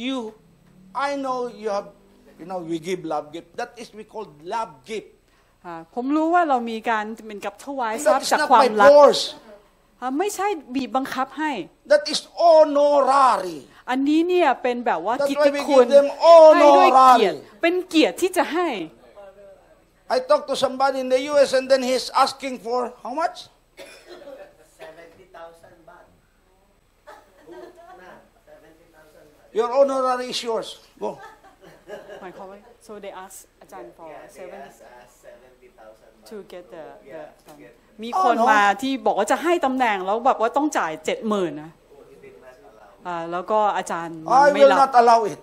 [SPEAKER 1] You, I know you have, you know, we give love gift. That is we call love gift.
[SPEAKER 2] อ่าผมรู้ว่าเรามีการเป็นกับถวาย
[SPEAKER 1] And
[SPEAKER 2] ทรั
[SPEAKER 1] That
[SPEAKER 2] พย์
[SPEAKER 1] is
[SPEAKER 2] จาก
[SPEAKER 1] not
[SPEAKER 2] ความ
[SPEAKER 1] my
[SPEAKER 2] รัก
[SPEAKER 1] force.
[SPEAKER 2] อ่าไม่ใช่บีบบังคับให้
[SPEAKER 1] That is honorary.
[SPEAKER 2] อันนี้เนี่ยเป็นแบบว่า
[SPEAKER 1] That's
[SPEAKER 2] กิต
[SPEAKER 1] why
[SPEAKER 2] ติ
[SPEAKER 1] we
[SPEAKER 2] คุณ
[SPEAKER 1] give them honorary.
[SPEAKER 2] ให้ด้วยเกียรติเป็นเกียรติที่จะให้
[SPEAKER 1] I talked to somebody in the U.S. and then he's asking for how much?
[SPEAKER 3] 70,000
[SPEAKER 1] Your honorary is yours. Go.
[SPEAKER 2] หมายความว่า so they ask อาจารย์ for
[SPEAKER 3] Yeah, they
[SPEAKER 2] seven
[SPEAKER 3] asked us 70,000 baht.
[SPEAKER 2] to get the the
[SPEAKER 3] Yeah, to get
[SPEAKER 2] มี
[SPEAKER 1] อ๋อ
[SPEAKER 2] คน
[SPEAKER 1] เหรอ
[SPEAKER 2] มาที่บอกว่าจะให้ตำแหน่งแล้วแบบว่าต้องจ่ายเจ็ดหมื่นนะ
[SPEAKER 3] we did not allow.
[SPEAKER 2] อ่าแล้วก็อาจารย์
[SPEAKER 1] I
[SPEAKER 2] ไม่
[SPEAKER 1] will
[SPEAKER 2] รับ
[SPEAKER 1] not allow it.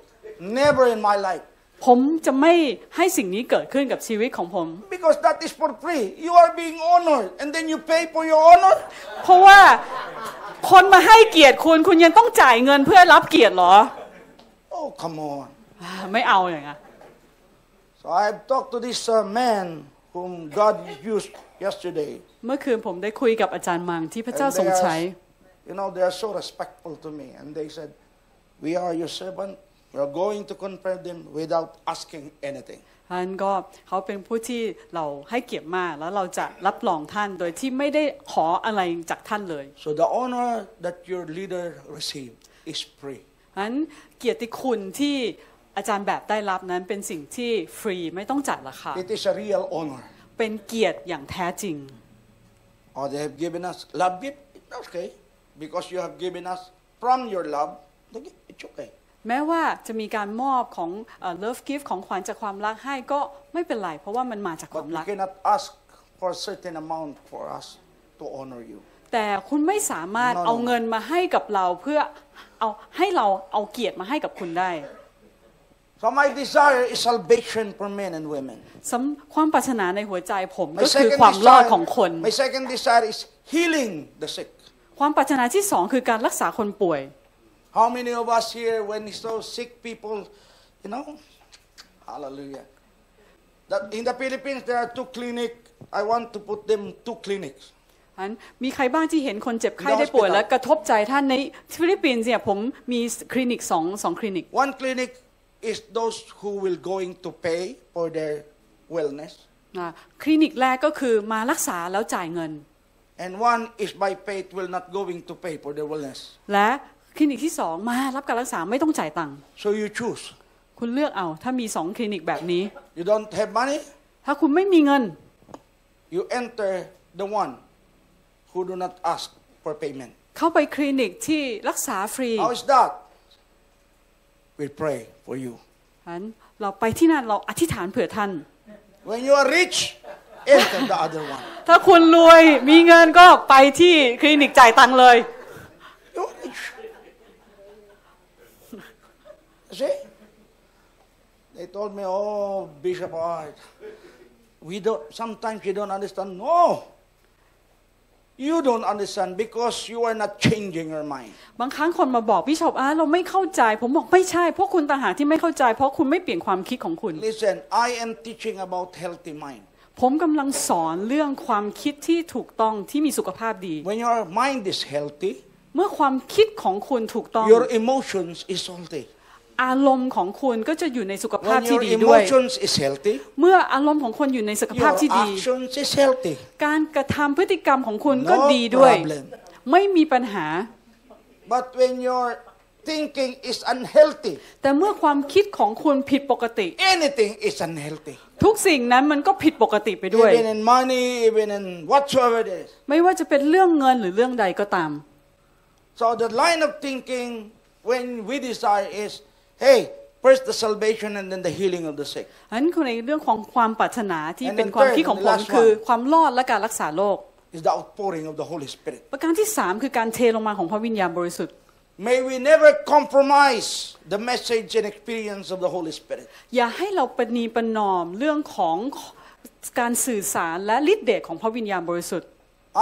[SPEAKER 1] Never in my life.
[SPEAKER 2] ผมจะไม่ให้สิ่งนี้เกิดขึ้นกับชีวิตของผม
[SPEAKER 1] Because that is for free. You are being honored and then you pay for your honor?
[SPEAKER 2] เพราะว่าคนมาให้เกียรติคุณคุณยังต้องจ่ายเงินเพื่อรับเกียรติเหรอ
[SPEAKER 1] Oh, come on.
[SPEAKER 2] อ่าไม่เอาอย่างอ่ะ
[SPEAKER 1] So I've talked to this uh, man whom God used yesterday.
[SPEAKER 2] เมื่อคืนผมได้คุยกับอาจารย์มังที่พระเจ้า
[SPEAKER 1] And
[SPEAKER 2] ทร
[SPEAKER 1] they
[SPEAKER 2] ง
[SPEAKER 1] are-
[SPEAKER 2] ใช้
[SPEAKER 1] You know, they are so respectful to me. And they said, We are your servant. We are going to confront them without asking anything.
[SPEAKER 2] ท่านก็เขาเป็นผู้ที่เราให้เกียรติมากแล้วเราจะรับรองท่านโดยที่ไม่ได้ขออะไรจากท่านเลย
[SPEAKER 1] So the honor that your leader received is free.
[SPEAKER 2] ฉะนั้นเกียรติคุณที่อาจารย์แบบได้รับนั้นเป็นสิ่งที่ฟรีไม่ต้องจ่ายราคา
[SPEAKER 1] It is a real honor.
[SPEAKER 2] เป็นเกียรติอย่างแท้จริง
[SPEAKER 1] Or Oh, they have given us love gift. It's okay. Because you have given us from your love, the gift, it's okay.
[SPEAKER 2] แม้ว่าจะมีการมอบของเอ่อ love gift ของขวัญจากความรักให้ก็ไม่เป็นไร เพราะว่ามันมาจากค
[SPEAKER 1] But
[SPEAKER 2] วาม
[SPEAKER 1] you
[SPEAKER 2] รัก
[SPEAKER 1] cannot ask for a certain amount for us to honor you.
[SPEAKER 2] แต่คุณไม่สามารถ
[SPEAKER 1] นอน
[SPEAKER 2] เอาเงินมาให้กับเราเพื่อเอาให้เราเอาเกียรติมาให้กับคุณได้
[SPEAKER 1] So my desire is salvation for men and women.
[SPEAKER 2] สำความปรารถนาในหัวใจผมก็คือ
[SPEAKER 1] second
[SPEAKER 2] ความรอด
[SPEAKER 1] desire,
[SPEAKER 2] ของคน
[SPEAKER 1] my second desire is healing the sick.
[SPEAKER 2] ความปรารถนาที่สองคือการรักษาคนป่วย
[SPEAKER 1] How many of us here, when we saw sick people, you know, hallelujah. That in the Philippines there are two clinics. I want to put them two clinics.
[SPEAKER 2] อันมีใครบ้างที่เห็นคนเจ็บไข้
[SPEAKER 1] The
[SPEAKER 2] ได้ป่วย
[SPEAKER 1] hospital
[SPEAKER 2] และกระทบใจท่านในฟิลิปปินส์เนี่ยผมมีคลินิกสองสองคลินิก
[SPEAKER 1] One clinic is those who will going to pay for their wellness,
[SPEAKER 2] อ่าคลินิกแรกก็คือมารักษาแล้วจ่ายเงิน
[SPEAKER 1] and one is by faith will not going to pay for their wellness.
[SPEAKER 2] และคลินิกที่สองมารับการรักษาไม่ต้องจ่ายตังค์
[SPEAKER 1] So you choose.
[SPEAKER 2] คุณเลือกเอาถ้ามีสองคลินิกแบบนี้
[SPEAKER 1] You don't have money,
[SPEAKER 2] ถ้าคุณไม่มีเงิน
[SPEAKER 1] you enter the one who do not ask for payment.
[SPEAKER 2] เข้าไปคลินิกที่รักษาฟรี
[SPEAKER 1] How is that? We pray for you.
[SPEAKER 2] อันเราไปที่นั่นเราอธิษฐานเผื่อท่าน
[SPEAKER 1] When you are rich, enter the other one.
[SPEAKER 2] ถ้าคุณรวยมีเงินก็ไปที่คลินิกจ่ายตังค์เลย
[SPEAKER 1] You're rich. See? They told me, oh, Bishop, oh, we don't, sometimes you don't understand. No. You don't understand because you are not changing your mind.
[SPEAKER 2] บางครั้งคนมาบอกพี่ชอบอาร์ตเราไม่เข้าใจ ผมบอกไม่ใช่พวกคุณต่างหากที่ไม่เข้าใจ เพราะคุณไม่เปลี่ยนความคิดของคุณ
[SPEAKER 1] Listen, I am teaching about healthy mind.
[SPEAKER 2] ผมกำลังสอนเรื่องความคิดที่ถูกต้องที่มีสุขภาพดี
[SPEAKER 1] When your mind is healthy,
[SPEAKER 2] เมื่อความคิดของคุณถูกต้อง
[SPEAKER 1] your emotions is healthy.
[SPEAKER 2] อารมณ์ของคุณก็จะอยู่ในสุขภาพ
[SPEAKER 1] When
[SPEAKER 2] ที่
[SPEAKER 1] your
[SPEAKER 2] ดีด้วย
[SPEAKER 1] emotions is healthy,
[SPEAKER 2] เมื่ออารมณ์ของคนอยู่ในสุขภาพ
[SPEAKER 1] your
[SPEAKER 2] ที่ดี
[SPEAKER 1] actions is healthy.
[SPEAKER 2] การกระทำพฤติกรรมของคุณก็
[SPEAKER 1] No
[SPEAKER 2] ดีด้วย
[SPEAKER 1] problem
[SPEAKER 2] ไม่มีปัญหา
[SPEAKER 1] But when your thinking is unhealthy,
[SPEAKER 2] แต่เมื่อความคิดของคุณผิดปกติ
[SPEAKER 1] anything is unhealthy.
[SPEAKER 2] ทุกสิ่งนั้นมันก็ผิดปกติไปด้วย
[SPEAKER 1] Even in money, even in whatsoever it is.
[SPEAKER 2] ไม่ว่าจะเป็นเรื่องเงินหรือเรื่องใดก็ตาม
[SPEAKER 1] So the line of thinking when we desire is, hey, first the salvation and then the healing of the sick.
[SPEAKER 2] อันนั้นคือในเรื่องของความปรารถนาที่
[SPEAKER 1] And
[SPEAKER 2] เป็นความคิดของ
[SPEAKER 1] then
[SPEAKER 2] ผม
[SPEAKER 1] third and the last
[SPEAKER 2] คือ
[SPEAKER 1] one.
[SPEAKER 2] ความรอดและการรักษาโรค
[SPEAKER 1] Is the outpouring of the Holy Spirit.
[SPEAKER 2] ประการที่ 3 คือการเทลงมาของพระวิญญาณบริสุทธิ์
[SPEAKER 1] May we never compromise the message and experience of the Holy Spirit.
[SPEAKER 2] อย่าให้เราประนีประนอมเรื่องของการสื่อสารและฤทธิ์เดชของพระวิญญาณบริสุทธิ์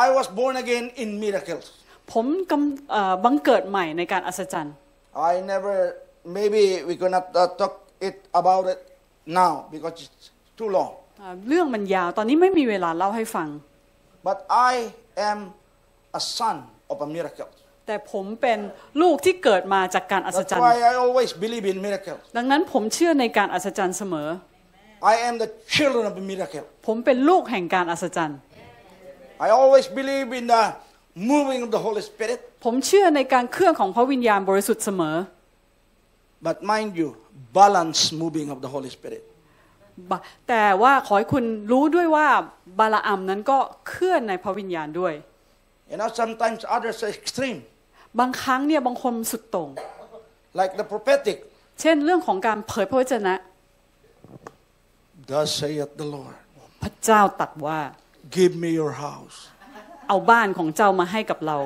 [SPEAKER 1] I was born again in miracles.
[SPEAKER 2] ผมกำเอ่อบังเกิดใหม่ในการอัศจรรย์
[SPEAKER 1] I never, maybe we cannot uh, talk it about it now because it's too long.
[SPEAKER 2] อ่าเรื่องมันยาวตอนนี้ไม่มีเวลาเล่าให้ฟัง
[SPEAKER 1] But I am a son of a miracle.
[SPEAKER 2] แต่ผมเป็นลูกที่เกิดมาจากการอัศ
[SPEAKER 1] That's
[SPEAKER 2] จรรย์
[SPEAKER 1] why I always believe in miracles.
[SPEAKER 2] ดังนั้นผมเชื่อในการอัศจรรย์เสมอ
[SPEAKER 1] I am the children of a miracle.
[SPEAKER 2] ผมเป็นลูกแห่งการอัศจรรย์
[SPEAKER 1] I always believe in the moving of the Holy Spirit.
[SPEAKER 2] ผมเชื่อในการเคลื่อนของพระวิญญาณบริสุทธิ์เสมอ
[SPEAKER 1] But mind you, balance moving of the Holy Spirit.
[SPEAKER 2] บะแต่ว่าขอให้คุณรู้ด้วยว่าบาลามนั้นก็เคลื่อนในพระวิญญาณด้วย
[SPEAKER 1] You know, sometimes others are extreme.
[SPEAKER 2] บางครั้งเนี่ยบางคนสุดโต่ง
[SPEAKER 1] like the prophetic.
[SPEAKER 2] เช่นเรื่องของการเผยพระวจนะ
[SPEAKER 1] Thus saith the Lord,
[SPEAKER 2] พระเจ้าตรัดว่า
[SPEAKER 1] give me your house.
[SPEAKER 2] เอาบ้านของเจ้ามาให้กับเรา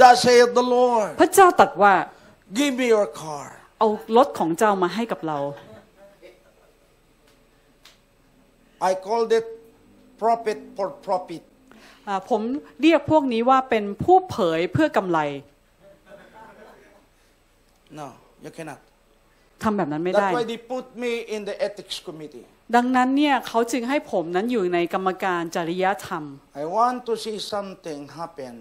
[SPEAKER 1] Thus saith the Lord,
[SPEAKER 2] พระเจ้าตรัดว่า
[SPEAKER 1] give me your car.
[SPEAKER 2] เอารถของเจ้ามาให้กับเรา
[SPEAKER 1] I called it prophet for profit.
[SPEAKER 2] อ่าผมเรียกพวกนี้ว่าเป็นผู้เผยเพื่อกำไร
[SPEAKER 1] No, you cannot.
[SPEAKER 2] ทำแบบนั้นไม่ได้
[SPEAKER 1] That's why they put me in the ethics committee.
[SPEAKER 2] ดังนั้นเนี่ยเขาจึงให้ผมนั้นอยู่ในกรรมการจริยธรรม
[SPEAKER 1] I want to see something happen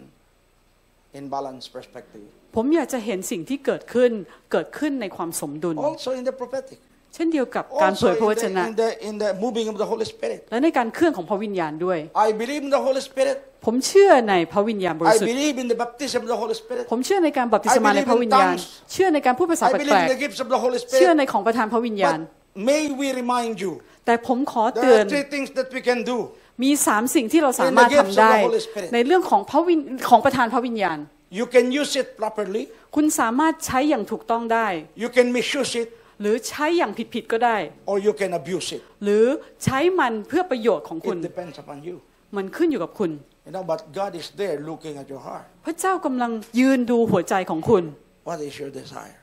[SPEAKER 1] in balanced perspective.
[SPEAKER 2] ผมอยากจะเห็นสิ่งที่เกิดขึ้นเกิดขึ้นในความสมดุล
[SPEAKER 1] Also in the prophetic.
[SPEAKER 2] เช่นเดียวกับการเผ
[SPEAKER 1] Also
[SPEAKER 2] ย
[SPEAKER 1] in
[SPEAKER 2] พระวจ
[SPEAKER 1] the,
[SPEAKER 2] นะ
[SPEAKER 1] in the, in the moving of the Holy Spirit.
[SPEAKER 2] และในการเคลื่อนของพระวิญญาณด้วย
[SPEAKER 1] I believe in the Holy Spirit.
[SPEAKER 2] ผมเชื่อในพระวิญญาณบริ
[SPEAKER 1] I
[SPEAKER 2] สุทธิ์
[SPEAKER 1] believe in the baptism of the Holy Spirit.
[SPEAKER 2] ผมเชื่อในการบัพติศ
[SPEAKER 1] I
[SPEAKER 2] มา
[SPEAKER 1] believe
[SPEAKER 2] ในพระวิญญาณ
[SPEAKER 1] in tongues.
[SPEAKER 2] เชื่อในการพูดภาษา
[SPEAKER 1] I
[SPEAKER 2] แป
[SPEAKER 1] believe
[SPEAKER 2] ล
[SPEAKER 1] in
[SPEAKER 2] ก
[SPEAKER 1] the gifts of the Holy
[SPEAKER 2] ๆ เชื่อ
[SPEAKER 1] Spirit.
[SPEAKER 2] ในของประธานพระวิญญาณ
[SPEAKER 1] But may we remind you,
[SPEAKER 2] แต่ผมขอเตือ
[SPEAKER 1] there
[SPEAKER 2] น
[SPEAKER 1] are three things that we can do.
[SPEAKER 2] มีสามสิ่งที่เราสามารถ
[SPEAKER 1] In the gifts of
[SPEAKER 2] ทำ
[SPEAKER 1] the
[SPEAKER 2] ได้
[SPEAKER 1] Holy Spirit.
[SPEAKER 2] ในเรื่องของพระวิญของประธานพระวิญญาณ
[SPEAKER 1] You can use it properly.
[SPEAKER 2] คุณสามารถใช้อย่างถูกต้องได้
[SPEAKER 1] You can misuse it
[SPEAKER 2] หรือใช้อย่างผิดๆก็ได้
[SPEAKER 1] or you can abuse it.
[SPEAKER 2] หรือใช้มันเพื่อประโยชน์ของคุณ
[SPEAKER 1] It depends upon you.
[SPEAKER 2] มันขึ้นอยู่กับคุณ
[SPEAKER 1] You know, but God is there looking at your heart.
[SPEAKER 2] พระเจ้ากำลังยืนดูหัวใจของคุณ
[SPEAKER 1] What is your desire?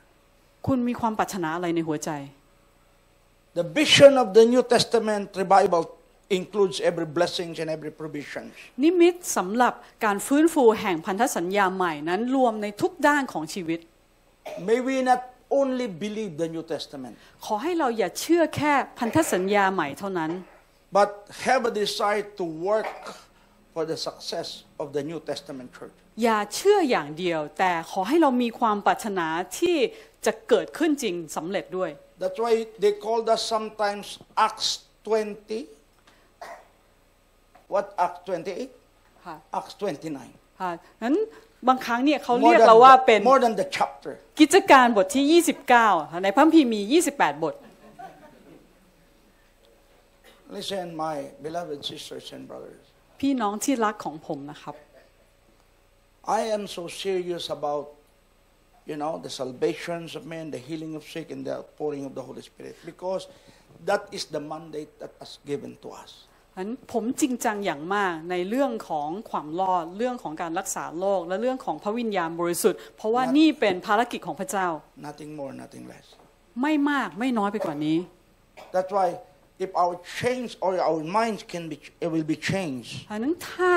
[SPEAKER 2] คุณมีความปรารถนาอะไรในหัวใจ
[SPEAKER 1] The vision of the New Testament revival includes every blessings and every provision.
[SPEAKER 2] นิมิตสำหรับการฟื้นฟูแห่งพันธสัญญาใหม่นั้นรวมในทุกด้านของชีวิต
[SPEAKER 1] May we not only believe the New Testament,
[SPEAKER 2] ขอให้เราอย่าเชื่อแค่พันธสัญญาใหม่เท่านั้น
[SPEAKER 1] but have a desire to work for the success of the New Testament church.
[SPEAKER 2] อย่าเชื่ออย่างเดียว แต่ขอให้เรามีความปรารถนาที่จะเกิดขึ้นจริงสำเร็จด้วย
[SPEAKER 1] That's why they called us sometimes Acts 20. What Acts 28?
[SPEAKER 2] ค่ะ
[SPEAKER 1] Acts 29.
[SPEAKER 2] ค่ะนั้นบางครั้งเนี่ยเขาเรียกเราว่าเป็น
[SPEAKER 1] more than the chapter.
[SPEAKER 2] กิจการบทที่ 29ค่ะในพระคัมภีร์มี 28 บท
[SPEAKER 1] Listen, my beloved sisters and brothers.
[SPEAKER 2] พี่น้องที่รักของผมนะครับ
[SPEAKER 1] I am so serious about, you know, the salvations of men, the healing of sick, and the outpouring of the Holy Spirit because that is the mandate that is given to us.
[SPEAKER 2] นั้นผมจริงจังอย่างมากในเรื่องของความรอดเรื่องของการรักษาโลก และเรื่องของพระวิญญาณบริสุทธิ์ เพราะว่านี่เป็นภารกิจของพระเจ้า
[SPEAKER 1] Nothing more, nothing less.
[SPEAKER 2] ไม่มากไม่น้อยไปกว่านี้
[SPEAKER 1] That's why if our change or our minds can be, it will be changed.
[SPEAKER 2] อันนั้นถ้า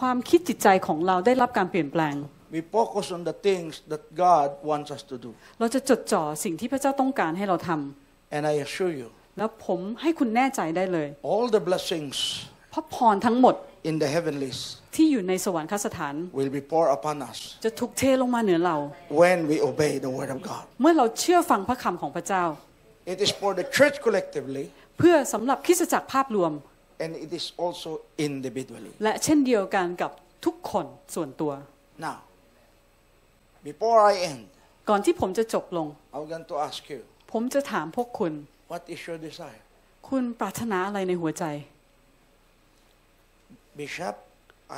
[SPEAKER 2] ความคิดจิตใจของเราได้รับการเปลี่ยนแปลง
[SPEAKER 1] We focus on the things that God wants us to do.
[SPEAKER 2] เราจะจดจ่อสิ่งที่พระเจ้าต้องการให้เราทำ
[SPEAKER 1] And I assure you,
[SPEAKER 2] แล้วผมให้คุณแน่ใจได้เลย
[SPEAKER 1] all the blessings
[SPEAKER 2] พระพรทั้งหมด
[SPEAKER 1] in the heavenlies
[SPEAKER 2] ที่อยู่ในสวรรคสถาน
[SPEAKER 1] will be poured upon us
[SPEAKER 2] จะถูกเทลงมาเหนือเรา
[SPEAKER 1] when we obey the word of God.
[SPEAKER 2] เมื่อเราเชื่อฟังพระคำของพระเจ้า
[SPEAKER 1] It is for the church collectively
[SPEAKER 2] เพื่อสำหรับคริสตจักรภาพรวม
[SPEAKER 1] and it is also individually.
[SPEAKER 2] และเช่นเดียวกันกับทุกคนส่วนตัว
[SPEAKER 1] Now, before I end,
[SPEAKER 2] ก่อนที่ผมจะจบลง
[SPEAKER 1] I'm going to ask you,
[SPEAKER 2] ผมจะถามพวกคุณ
[SPEAKER 1] what is your desire?
[SPEAKER 2] คุณปรารถนาอะไรในหัวใจ
[SPEAKER 1] Bishop,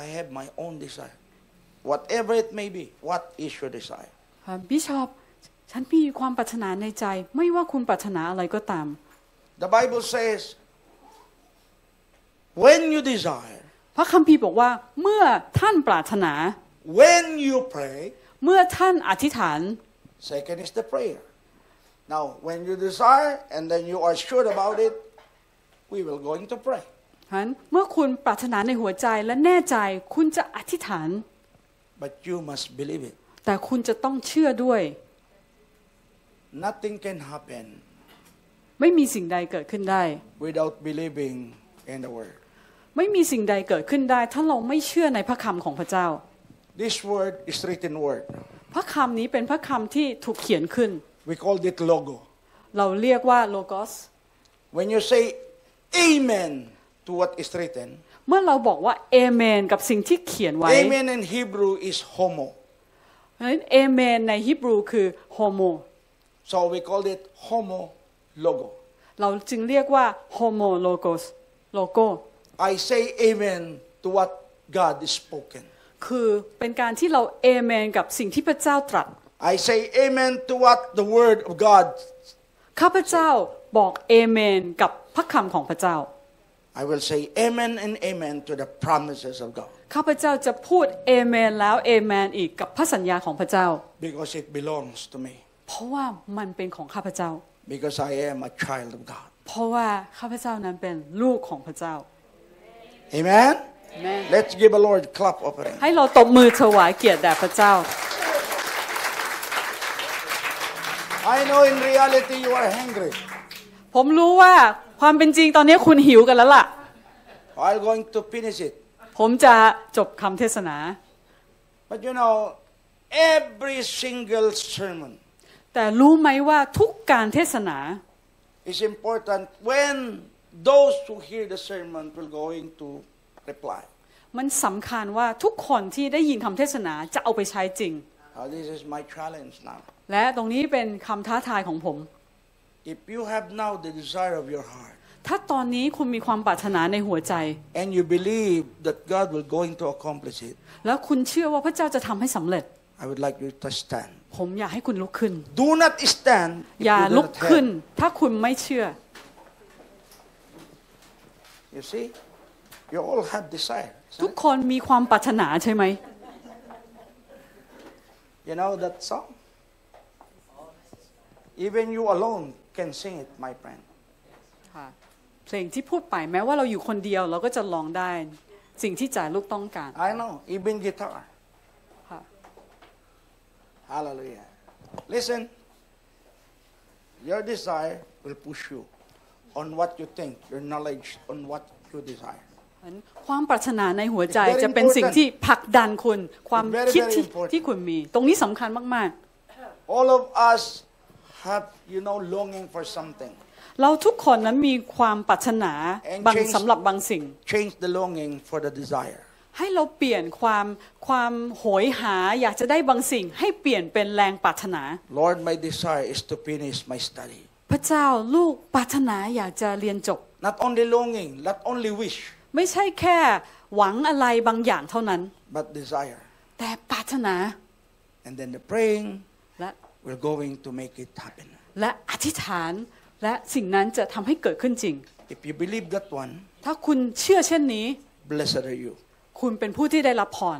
[SPEAKER 1] I have my own desire. Whatever it may be, what is your desire?
[SPEAKER 2] บิชอปฉันมีความปรารถนาในใจ ไม่ว่าคุณปรารถนาอะไรก็ตาม
[SPEAKER 1] The Bible says, when you desire,
[SPEAKER 2] พระคัมภีร์บอกว่า เมื่อท่านปรารถนา
[SPEAKER 1] when you pray,
[SPEAKER 2] เมื่อท่านอธิษฐาน
[SPEAKER 1] second is the prayer. Now, when you desire and then you are sure about it, we will going to pray.
[SPEAKER 2] ฉะนั้นเมื่อคุณปรารถนาในหัวใจและแน่ใจ คุณจะอธิษฐาน
[SPEAKER 1] But you must believe it.
[SPEAKER 2] แต่คุณจะต้องเชื่อด้วย
[SPEAKER 1] Nothing can happen
[SPEAKER 2] ไม่มีสิ่งใดเกิดขึ้นได้
[SPEAKER 1] without believing in the word.
[SPEAKER 2] ไม่มีสิ่งใดเกิดขึ้นได้ ถ้าเราไม่เชื่อในพระคำของพระเจ้า
[SPEAKER 1] This word is written word.
[SPEAKER 2] พระคำนี้เป็นพระคำที่ถูกเขียนขึ้น
[SPEAKER 1] We called it logo.
[SPEAKER 2] เราเรียกว่าโลโกส
[SPEAKER 1] When you say amen to what is written,
[SPEAKER 2] เมื่อเราบอกว่าเอเมนกับสิ่งที่เขียนไว้
[SPEAKER 1] amen in Hebrew is homo.
[SPEAKER 2] เพราะฉะนั้นเอเมนในฮิบรูคือโฮโม
[SPEAKER 1] So we called it homo logo.
[SPEAKER 2] เราจึงเรียกว่าโฮโมโลโกสโลโก
[SPEAKER 1] I say amen to what God is spoken.
[SPEAKER 2] คือเป็นการที่เราเอเมนกับสิ่งที่พระเจ้าตรัส
[SPEAKER 1] I say amen to what the word of God.
[SPEAKER 2] ข้าพเจ้าบอกเอเมนกับพระคำของพระเจ้า
[SPEAKER 1] I will say amen and amen to the promises of God
[SPEAKER 2] ข้าพเจ้าจะพูดเอเมนแล้วเอเมนอีกกับพระสัญญาของพระเจ้า
[SPEAKER 1] because it belongs to me.
[SPEAKER 2] เพราะว่ามันเป็นของข้าพเจ้า
[SPEAKER 1] Because I am a child of God.
[SPEAKER 2] เพราะว่าข้าพเจ้านั้นเป็นลูกของพระเจ้า
[SPEAKER 1] Amen.
[SPEAKER 2] แม่
[SPEAKER 1] Let's give a Lord clap offering.
[SPEAKER 2] ให้เราตบมือถวายเกียรติแด่พระเจ้า
[SPEAKER 1] I know in reality you are hungry.
[SPEAKER 2] ผมรู้ว่าความเป็นจริงตอนนี้คุณหิวกันแล้วล่ะ
[SPEAKER 1] I'm going to finish it.
[SPEAKER 2] ผมจะจบคำเทศนา
[SPEAKER 1] But you know, every single sermon
[SPEAKER 2] แต่รู้ไหมว่าทุกการเทศนา
[SPEAKER 1] is important when those who hear the sermon will going to reply.
[SPEAKER 2] มันสำคัญว่าทุกคนที่ได้ยินคำเทศนาจะเอาไปใช้จริง
[SPEAKER 1] Uh, this is my challenge now.
[SPEAKER 2] และตรงนี้เป็นคำท้าทายของผม
[SPEAKER 1] If you have now the desire of your heart
[SPEAKER 2] ถ้าตอนนี้คุณมีความปรารถนาในหัวใจ
[SPEAKER 1] and you believe that God will going to accomplish it,
[SPEAKER 2] แล้วคุณเชื่อว่าพระเจ้าจะทำให้สำเร็จ
[SPEAKER 1] I would like you to stand.
[SPEAKER 2] ผมอยากให้คุณลุกขึ้น
[SPEAKER 1] Do not stand. if
[SPEAKER 2] อย่า
[SPEAKER 1] you do
[SPEAKER 2] ลุก
[SPEAKER 1] not have.
[SPEAKER 2] ขึ้น ถ้าคุณไม่เชื่อ
[SPEAKER 1] You see, you all have desire.
[SPEAKER 2] ทุกคนมีความปรารถนาใช่ไหม
[SPEAKER 1] You know that song? Even you alone can sing it, my friend.
[SPEAKER 2] ค่ะเพลงที่พูดไปแม้ว่าเราอยู่คนเดียวเราก็จะร้องได้ สิ่งที่จ่าลูกต้องการ
[SPEAKER 1] I know, even guitar.
[SPEAKER 2] ค่ะ
[SPEAKER 1] Hallelujah. Listen, your desire will push you on what you think, your knowledge on what you desire.
[SPEAKER 2] งั้นความปรารถนาในหัวใจ
[SPEAKER 1] It's very
[SPEAKER 2] จะเป็นสิ่งที่ผลักดันคุณ ความ
[SPEAKER 1] It's very,
[SPEAKER 2] คิดที่
[SPEAKER 1] very important.
[SPEAKER 2] ที่คุณมี ตรงนี้สำคัญมาก
[SPEAKER 1] All of us have, you know, longing for something.
[SPEAKER 2] ๆ เราทุกคนนั้นมีความปรารถนา
[SPEAKER 1] And
[SPEAKER 2] บาง
[SPEAKER 1] change-
[SPEAKER 2] สำหรับบางสิ่ง
[SPEAKER 1] Change the longing for the desire.
[SPEAKER 2] ให้เราเปลี่ยนความความโหยหาอยากจะได้บางสิ่ง ให้เปลี่ยนเป็นแรงปรารถนา
[SPEAKER 1] Lord, my desire is to finish my study.
[SPEAKER 2] พระเจ้าลูกปรารถนาอยากจะเรียนจบ
[SPEAKER 1] Not only longing, not only wish,
[SPEAKER 2] ไม่ใช่แค่หวังอะไรบางอย่างเท่านั้น
[SPEAKER 1] but desire.
[SPEAKER 2] แต่ปรารถนา
[SPEAKER 1] And then the praying,
[SPEAKER 2] และ
[SPEAKER 1] we're going to make it happen.
[SPEAKER 2] และอธิษฐานและสิ่งนั้นจะทำให้เกิดขึ้นจริง
[SPEAKER 1] If you believe that one,
[SPEAKER 2] ถ้าคุณเชื่อเช่นนี้
[SPEAKER 1] blessed are you.
[SPEAKER 2] คุณเป็นผู้ที่ได้รับพร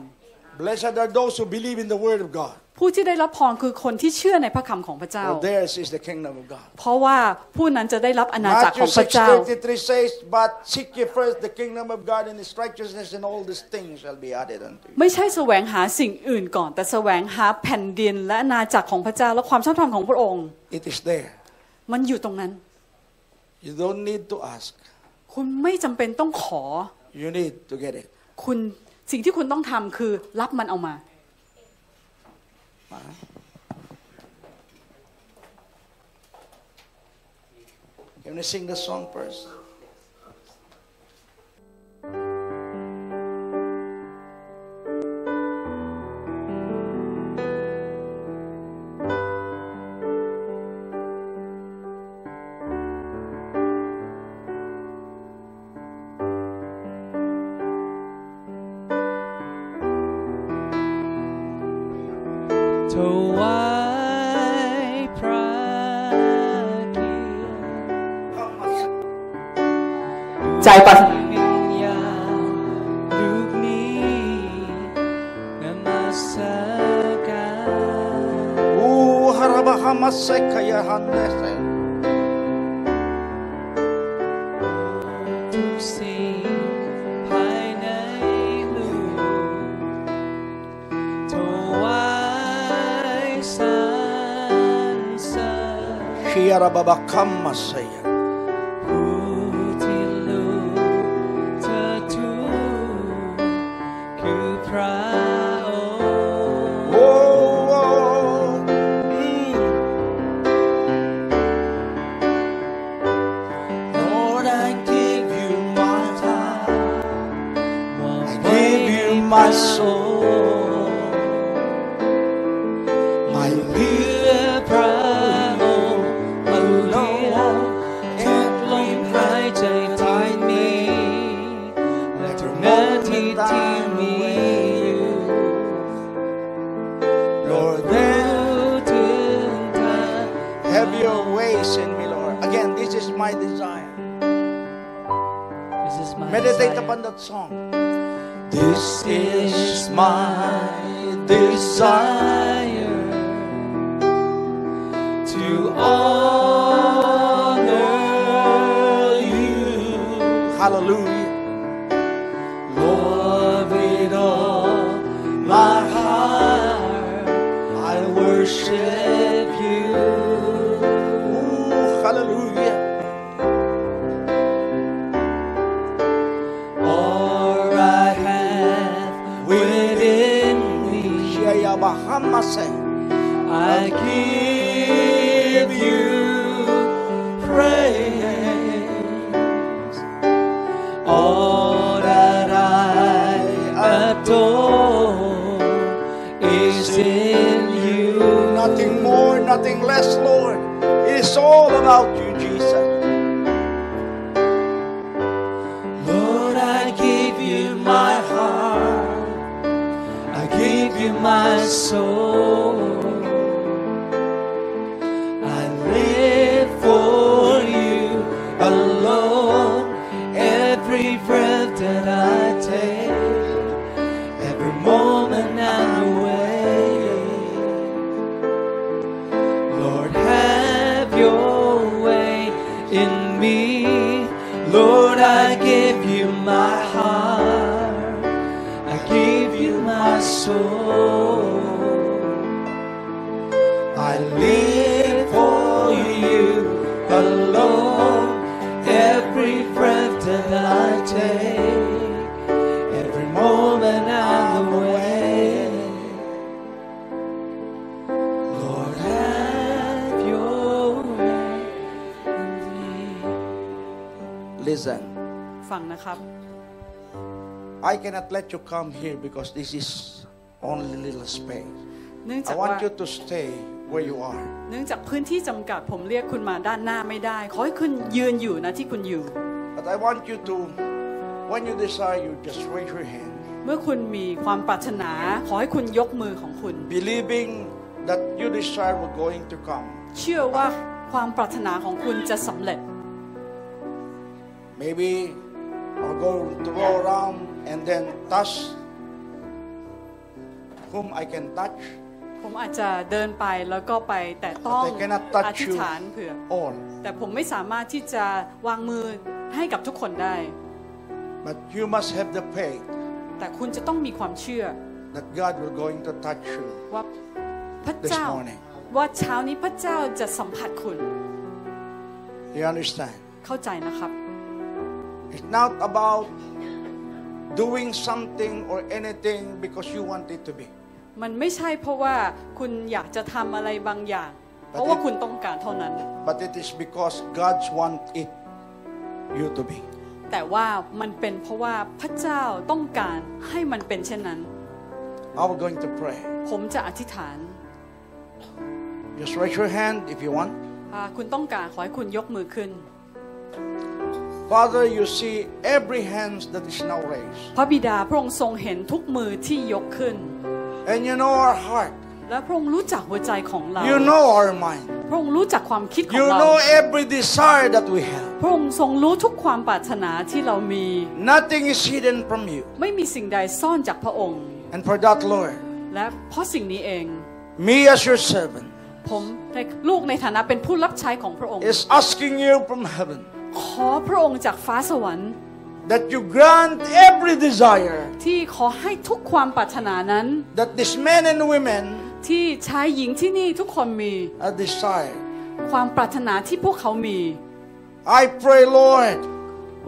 [SPEAKER 1] Blessed are those who believe in the word of God.
[SPEAKER 2] ผู้ที่ได้รับพรคือคนที่เชื่อในพระคำของพระเจ้า
[SPEAKER 1] For theirs is the kingdom of God.
[SPEAKER 2] เพราะว่าผู้นั้นจะได้รับอาณาจักรข
[SPEAKER 1] Matthew
[SPEAKER 2] องพระเจ้า
[SPEAKER 1] 6:33 says, "But seek ye first the kingdom of God and His righteousness, and all these things shall be added unto you."
[SPEAKER 2] ไม่ใช่แสวงหาสิ่งอื่นก่อน แต่แสวงหาแผ่นดินและอาณาจักรของพระเจ้าและความชอบธรรมของพระองค์
[SPEAKER 1] It is there.
[SPEAKER 2] มันอยู่ตรงนั้น
[SPEAKER 1] You don't need to ask.
[SPEAKER 2] คุณไม่จำเป็นต้องขอ
[SPEAKER 1] You need to get it.
[SPEAKER 2] คุณสิ่งที่คุณต้องทำคือรับมันเอามา
[SPEAKER 1] Can you sing the song first?
[SPEAKER 4] to why pride here
[SPEAKER 2] ใจปัส
[SPEAKER 4] วิญญาณลูกนี้นมัสการ
[SPEAKER 1] Ooh, harabaha masekaya handese.
[SPEAKER 4] ทุกสิ่งภายในลูกถวายสรรเสริญ
[SPEAKER 1] Shiarababakam masaya.
[SPEAKER 4] ผู้ที่ลูกเธอทูลคือพระองค์
[SPEAKER 1] Oh, oh, mm.
[SPEAKER 4] Lord, I give you my time.
[SPEAKER 1] I give you my
[SPEAKER 4] soul.
[SPEAKER 1] I live.
[SPEAKER 4] เพื่อพระองค์มาเลี้ยงทุกลมหายใจที่มีและทุกนาทีที่มีอยู่ my
[SPEAKER 1] Meditate
[SPEAKER 4] desire.
[SPEAKER 1] upon that song.
[SPEAKER 4] This is my desire to honor you,
[SPEAKER 1] Hallelujah.
[SPEAKER 4] Lord, with all my heart. I worship you.
[SPEAKER 1] Ooh, hallelujah.
[SPEAKER 4] All I have within me.
[SPEAKER 1] Shayabahamase.
[SPEAKER 4] I give you praise, all that I adore is in you.
[SPEAKER 1] Nothing more, nothing less, Lord. It is all about you, Jesus.
[SPEAKER 4] Lord, I give you my heart, I give you my soul. I live for you alone. Every breath that I take, every moment I'm away. Lord, have your way in me. Lord, I give you my heart. I give you my soul. I live for you alone. Every breath that I take, every moment I'm away. Lord, have your way in me.
[SPEAKER 1] Listen,
[SPEAKER 2] ฟังนะครับ
[SPEAKER 1] I cannot let you come here because this is only little space.
[SPEAKER 2] เนื่องจา
[SPEAKER 1] I
[SPEAKER 2] กว่า
[SPEAKER 1] want you to stay where you are.
[SPEAKER 2] เนื่องจากพื้นที่จำกัดผมเรียกคุณมาด้านหน้าไม่ได้ ขอให้คุณยืนอยู่นะที่คุณอยู่
[SPEAKER 1] But I want you to, when you desire, you just raise your hand,
[SPEAKER 2] เมื่อคุณมีความปรารถนา ขอให้คุณยกมือของคุณ
[SPEAKER 1] believing that you desire were going to come.
[SPEAKER 2] เชื่อว่าความปรารถนาของคุณจะสำเร็จ
[SPEAKER 1] Maybe I'll go to go around and then touch whom I can touch,
[SPEAKER 2] ผมอาจจะเดินไปแล้วก็ไปแต่ต้อง
[SPEAKER 1] but I cannot
[SPEAKER 2] อ
[SPEAKER 1] touch
[SPEAKER 2] ธิษ
[SPEAKER 1] you
[SPEAKER 2] ฐานเผื่อ
[SPEAKER 1] all.
[SPEAKER 2] แต่ผมไม่สามารถที่จะวางมือให้กับทุกคนได้
[SPEAKER 1] But you must have the faith
[SPEAKER 2] แต่คุณจะต้องมีความเชื่อ
[SPEAKER 1] that God will going to touch you.
[SPEAKER 2] ว่าพระเจ้า
[SPEAKER 1] This morning.
[SPEAKER 2] ว่าเช้านี้พระเจ้าจะสัมผัสคุณ
[SPEAKER 1] You understand?
[SPEAKER 2] เข้าใจนะครับ
[SPEAKER 1] It's not about doing something or anything because you want it to be.
[SPEAKER 2] มันไม่ใช่เพราะว่าคุณอยากจะทำอะไรบางอย่าง
[SPEAKER 1] But
[SPEAKER 2] เพราะว่าคุณต้องการเท่านั้น
[SPEAKER 1] But it is because God wants it you to be.
[SPEAKER 2] แต่ว่ามันเป็นเพราะว่าพระเจ้าต้องการให้มันเป็นเช่นนั้น
[SPEAKER 1] I'm going to pray.
[SPEAKER 2] ผมจะอธิษฐาน
[SPEAKER 1] Just raise your hand if you want.
[SPEAKER 2] หากคุณต้องการขอให้คุณยกมือขึ้น
[SPEAKER 1] Father, you see every hand that is now raised.
[SPEAKER 2] พระบิดาพระองค์ทรงเห็นทุกมือที่ยกขึ้น
[SPEAKER 1] And you know our heart.
[SPEAKER 2] และพระองค์รู้จักหัวใจของเรา
[SPEAKER 1] You know our mind.
[SPEAKER 2] พระองค์รู้จักความคิดขอ
[SPEAKER 1] You
[SPEAKER 2] งเรา
[SPEAKER 1] know every desire that we have.
[SPEAKER 2] พระองค์ทรงรู้ทุกความปรารถนาที่เรามี
[SPEAKER 1] Nothing is hidden from you.
[SPEAKER 2] ไม่มีสิ่งใดซ่อนจากพระองค์
[SPEAKER 1] And for that, Lord,
[SPEAKER 2] และเพราะสิ่งนี้เอง
[SPEAKER 1] me as your servant
[SPEAKER 2] ผมและลูกในฐานะเป็นผู้รับใช้ของพระองค์
[SPEAKER 1] is asking you from heaven
[SPEAKER 2] ขอพระองค์จากฟ้าสวรรค์
[SPEAKER 1] that you grant every desire
[SPEAKER 2] ที่ขอให้ทุกความปรารถนานั้น
[SPEAKER 1] that these men and women
[SPEAKER 2] ที่ชายหญิงที่นี่ทุกคนมี
[SPEAKER 1] are desired.
[SPEAKER 2] ความปรารถนาที่พวกเขามี
[SPEAKER 1] I pray, Lord,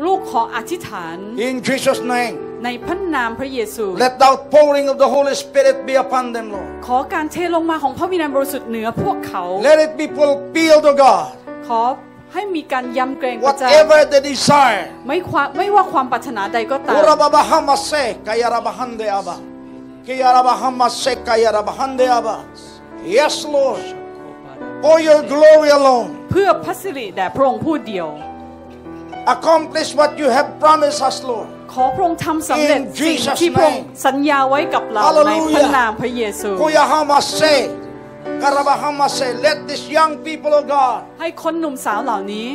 [SPEAKER 2] ลูกขออธิษฐาน
[SPEAKER 1] in Jesus' name,
[SPEAKER 2] ในพระนามพระเยซู
[SPEAKER 1] let the outpouring of the Holy Spirit be upon them, Lord.
[SPEAKER 2] ขอการเทลงมาของพระวิญญาณบริสุทธิ์เหนือพวกเขา
[SPEAKER 1] Let it be fulfilled, O God.
[SPEAKER 2] ขอให้มีการยำเกรงพระเจ้า
[SPEAKER 1] Whatever they desire.
[SPEAKER 2] ไม่ความไม่ว่าความปรารถนาใดก็ตาม
[SPEAKER 1] Urababahamase, kayarabahande e aba. Kayarabahamase, kayarabahande e aba. Yes, Lord, for your glory alone,
[SPEAKER 2] เพื่อพระสิริแด่พระองค์ผู้เดียว
[SPEAKER 1] accomplish what you have promised us, Lord.
[SPEAKER 2] ขอพระองค์ทำสำเร็จ
[SPEAKER 1] In
[SPEAKER 2] สิ่ง
[SPEAKER 1] Jesus'
[SPEAKER 2] ที่พระองค์สัญญาไว้กับเรา
[SPEAKER 1] Hallelujah.
[SPEAKER 2] ในพระนามพระเยซู
[SPEAKER 1] Kuyahamase, karabahamase. Let these young people, of God,
[SPEAKER 2] ให้คนหนุ่มสาวเหล่านี้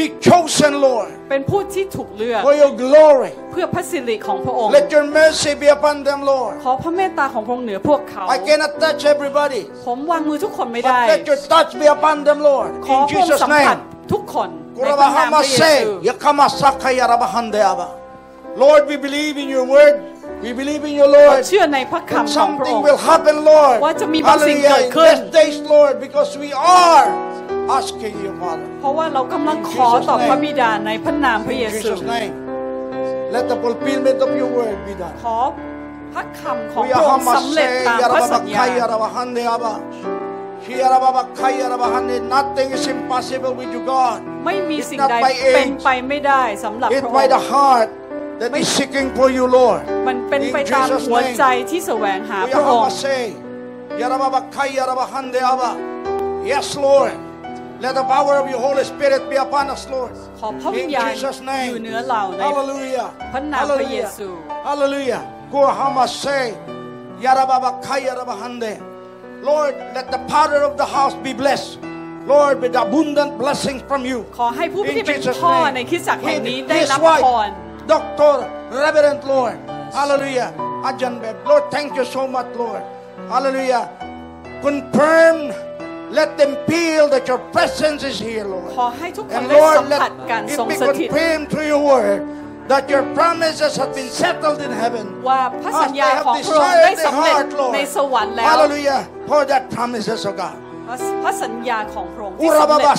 [SPEAKER 1] Be chosen, Lord,
[SPEAKER 2] เป็นผู้ที่ถูกเลือก
[SPEAKER 1] for your glory.
[SPEAKER 2] เพื่อพระสิริของพระองค์
[SPEAKER 1] Let your mercy be upon them, Lord.
[SPEAKER 2] ขอพระเมตตาของพระองค์เหนือพวกเขา
[SPEAKER 1] I cannot touch everybody,
[SPEAKER 2] ผมวางมือทุกคนไม่
[SPEAKER 1] but
[SPEAKER 2] ได้
[SPEAKER 1] let your touch be upon them, Lord.
[SPEAKER 2] ขอ
[SPEAKER 1] In
[SPEAKER 2] พระองค์
[SPEAKER 1] Jesus'
[SPEAKER 2] สัมผัส
[SPEAKER 1] name.
[SPEAKER 2] ทุกคนในพระนามพระเยซู
[SPEAKER 1] Kurabahama say, Yakamasaka Yarabahandeaba. Lord, we believe in your word. We believe in your
[SPEAKER 2] เรา
[SPEAKER 1] Lord.
[SPEAKER 2] เชื่อในพระคำของพระอง
[SPEAKER 1] Something
[SPEAKER 2] ค์
[SPEAKER 1] will happen, Lord.
[SPEAKER 2] ว่าจะมีบางสิ่ง
[SPEAKER 1] Hallelujah.
[SPEAKER 2] เกิด
[SPEAKER 1] In
[SPEAKER 2] ขึ้น
[SPEAKER 1] these days, Lord, because we are asking you, Father.
[SPEAKER 2] เพราะว่าเรากำลังขอต่อพระบิดาในพระนามพระเย
[SPEAKER 1] In
[SPEAKER 2] ซู
[SPEAKER 1] Jesus' name. Let the fulfillment of your word be done.
[SPEAKER 2] ขอพระคำของ
[SPEAKER 1] We
[SPEAKER 2] พระอง
[SPEAKER 1] are
[SPEAKER 2] ค์สำเร็จ
[SPEAKER 1] Hamasay
[SPEAKER 2] ตามพระสัญญา
[SPEAKER 1] Yarababakai Yarabahandeaba. Hiarababakai Yarabahande. Nothing is impossible with you, God.
[SPEAKER 2] ไม่มี
[SPEAKER 1] It's
[SPEAKER 2] สิ่ง
[SPEAKER 1] not
[SPEAKER 2] ใด
[SPEAKER 1] by
[SPEAKER 2] เป็น
[SPEAKER 1] age.
[SPEAKER 2] ไปไม่ได้สำหรับพ
[SPEAKER 1] It's
[SPEAKER 2] ระอ
[SPEAKER 1] by
[SPEAKER 2] ง
[SPEAKER 1] the
[SPEAKER 2] ค์
[SPEAKER 1] heart that is seeking for you, Lord.
[SPEAKER 2] มันเป็น
[SPEAKER 1] In
[SPEAKER 2] ไปตาม
[SPEAKER 1] Jesus'
[SPEAKER 2] หัว
[SPEAKER 1] name.
[SPEAKER 2] ใจที่แสวงหาพระองค์
[SPEAKER 1] Yahamasay, Yarababakai, Yarabahandeaba. Yes, Lord. Let the power of your Holy Spirit be upon us, Lord.
[SPEAKER 2] ขอพระวิญ
[SPEAKER 1] In
[SPEAKER 2] ญาณ
[SPEAKER 1] Jesus'
[SPEAKER 2] อ
[SPEAKER 1] name.
[SPEAKER 2] ยู่เหนือเราใน
[SPEAKER 1] Hallelujah.
[SPEAKER 2] พระนามพระเย
[SPEAKER 1] Hallelujah.
[SPEAKER 2] ซู
[SPEAKER 1] Hallelujah. Kuhamasay, Yarababakai, Yarabahande. Lord, let the power of the house be blessed. Lord, with abundant blessings from you.
[SPEAKER 2] ขอให้ผู้
[SPEAKER 1] In
[SPEAKER 2] ที่เป็น
[SPEAKER 1] Jesus'
[SPEAKER 2] พ่อ
[SPEAKER 1] name.
[SPEAKER 2] ในคริสตจักรแห่งนี้
[SPEAKER 1] He-
[SPEAKER 2] ได้
[SPEAKER 1] his
[SPEAKER 2] รับพ
[SPEAKER 1] wife,
[SPEAKER 2] ร
[SPEAKER 1] Doctor, Reverend Lord. Hallelujah. Ajahn Beb. Lord, thank you so much, Lord. Hallelujah. Confirm. Let them feel that your presence is here,
[SPEAKER 2] ขอ
[SPEAKER 1] Lord.
[SPEAKER 2] ให้ทุกคน
[SPEAKER 1] And
[SPEAKER 2] ได้สั
[SPEAKER 1] Lord,
[SPEAKER 2] ม
[SPEAKER 1] let
[SPEAKER 2] ผัสการทร
[SPEAKER 1] it
[SPEAKER 2] ง
[SPEAKER 1] be
[SPEAKER 2] สถิต
[SPEAKER 1] confirmed through your word that your promises have been settled in heaven.
[SPEAKER 2] ว่าพระสัญ
[SPEAKER 1] As they
[SPEAKER 2] ญา
[SPEAKER 1] have
[SPEAKER 2] ของพระองค์ได้
[SPEAKER 1] desired the
[SPEAKER 2] สำเร็จ
[SPEAKER 1] heart, Lord.
[SPEAKER 2] ในสวรรค์แล้ว
[SPEAKER 1] Hallelujah. For that promises, of God.
[SPEAKER 2] พระพระสัญญาของพระองค์ที่สำเร็จแล้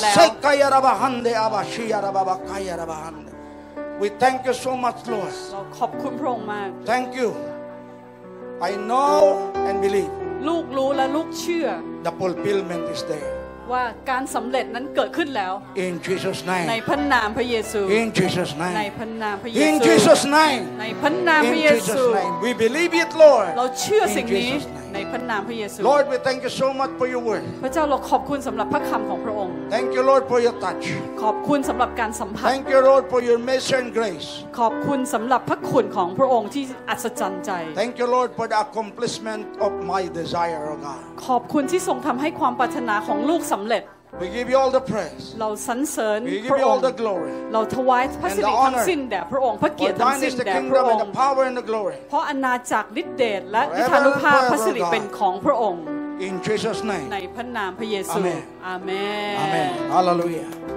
[SPEAKER 2] ว
[SPEAKER 1] We thank you so much, Lord.
[SPEAKER 2] เราขอบคุณพระองค์มาก
[SPEAKER 1] Thank you. I know and believe
[SPEAKER 2] ลูกรู้และลูกเชื่อ
[SPEAKER 1] the fulfillment is there.
[SPEAKER 2] ว่าการสำเร็จนั้นเกิดขึ้นแล้ว
[SPEAKER 1] In Jesus'
[SPEAKER 2] ใน
[SPEAKER 1] name.
[SPEAKER 2] พระนามพระเยซู
[SPEAKER 1] In Jesus'
[SPEAKER 2] ใน
[SPEAKER 1] name.
[SPEAKER 2] พระนามพระเย
[SPEAKER 1] In
[SPEAKER 2] ซู
[SPEAKER 1] Jesus' name.
[SPEAKER 2] ในพระนาม
[SPEAKER 1] In
[SPEAKER 2] พระเยซู
[SPEAKER 1] Jesus' name. We believe it, Lord.
[SPEAKER 2] เราเชื่อ
[SPEAKER 1] In
[SPEAKER 2] สิ่งนี้
[SPEAKER 1] Jesus' name.
[SPEAKER 2] ในพระนามพระเยซู
[SPEAKER 1] Lord, we thank you so much for your word.
[SPEAKER 2] พระเจ้าเราขอบคุณสำหรับพระคำของพระองค์
[SPEAKER 1] Thank you, Lord, for your touch.
[SPEAKER 2] ขอบคุณสำหรับการสัมผัส
[SPEAKER 1] Thank you, Lord, for your mercy and grace.
[SPEAKER 2] ขอบคุณสำหรับพระคุณของพระองค์ที่อัศจรรย์ใจ
[SPEAKER 1] Thank you, Lord, for the accomplishment of my desire, O God.
[SPEAKER 2] ขอบคุณที่ทรงทำให้ความปรารถนาของลูกสำเร็จ
[SPEAKER 1] We give you all the praise.
[SPEAKER 2] เราสรรเสริญ
[SPEAKER 1] We give
[SPEAKER 2] พระ
[SPEAKER 1] you
[SPEAKER 2] อง
[SPEAKER 1] all
[SPEAKER 2] ค์
[SPEAKER 1] the glory.
[SPEAKER 2] เราถวายพระสิ
[SPEAKER 1] And the
[SPEAKER 2] ริ
[SPEAKER 1] honor.
[SPEAKER 2] ทั้งสิ้นแด่พระองค์พระเกียร
[SPEAKER 1] For
[SPEAKER 2] ติทั้ง
[SPEAKER 1] thine
[SPEAKER 2] สิ้น
[SPEAKER 1] is the
[SPEAKER 2] แด่พระ
[SPEAKER 1] kingdom
[SPEAKER 2] อง
[SPEAKER 1] and
[SPEAKER 2] ค์
[SPEAKER 1] the power and the glory.
[SPEAKER 2] เพราะอาณาจักรฤทธิเดชและ
[SPEAKER 1] Forever
[SPEAKER 2] นิทานุภาพ
[SPEAKER 1] and forever,
[SPEAKER 2] พระสิริ
[SPEAKER 1] God.
[SPEAKER 2] เป็นของพระองค์
[SPEAKER 1] In Jesus' name.
[SPEAKER 2] ในพระนามพระเยซู
[SPEAKER 1] Amen.
[SPEAKER 2] อาเมน
[SPEAKER 1] Amen. Hallelujah.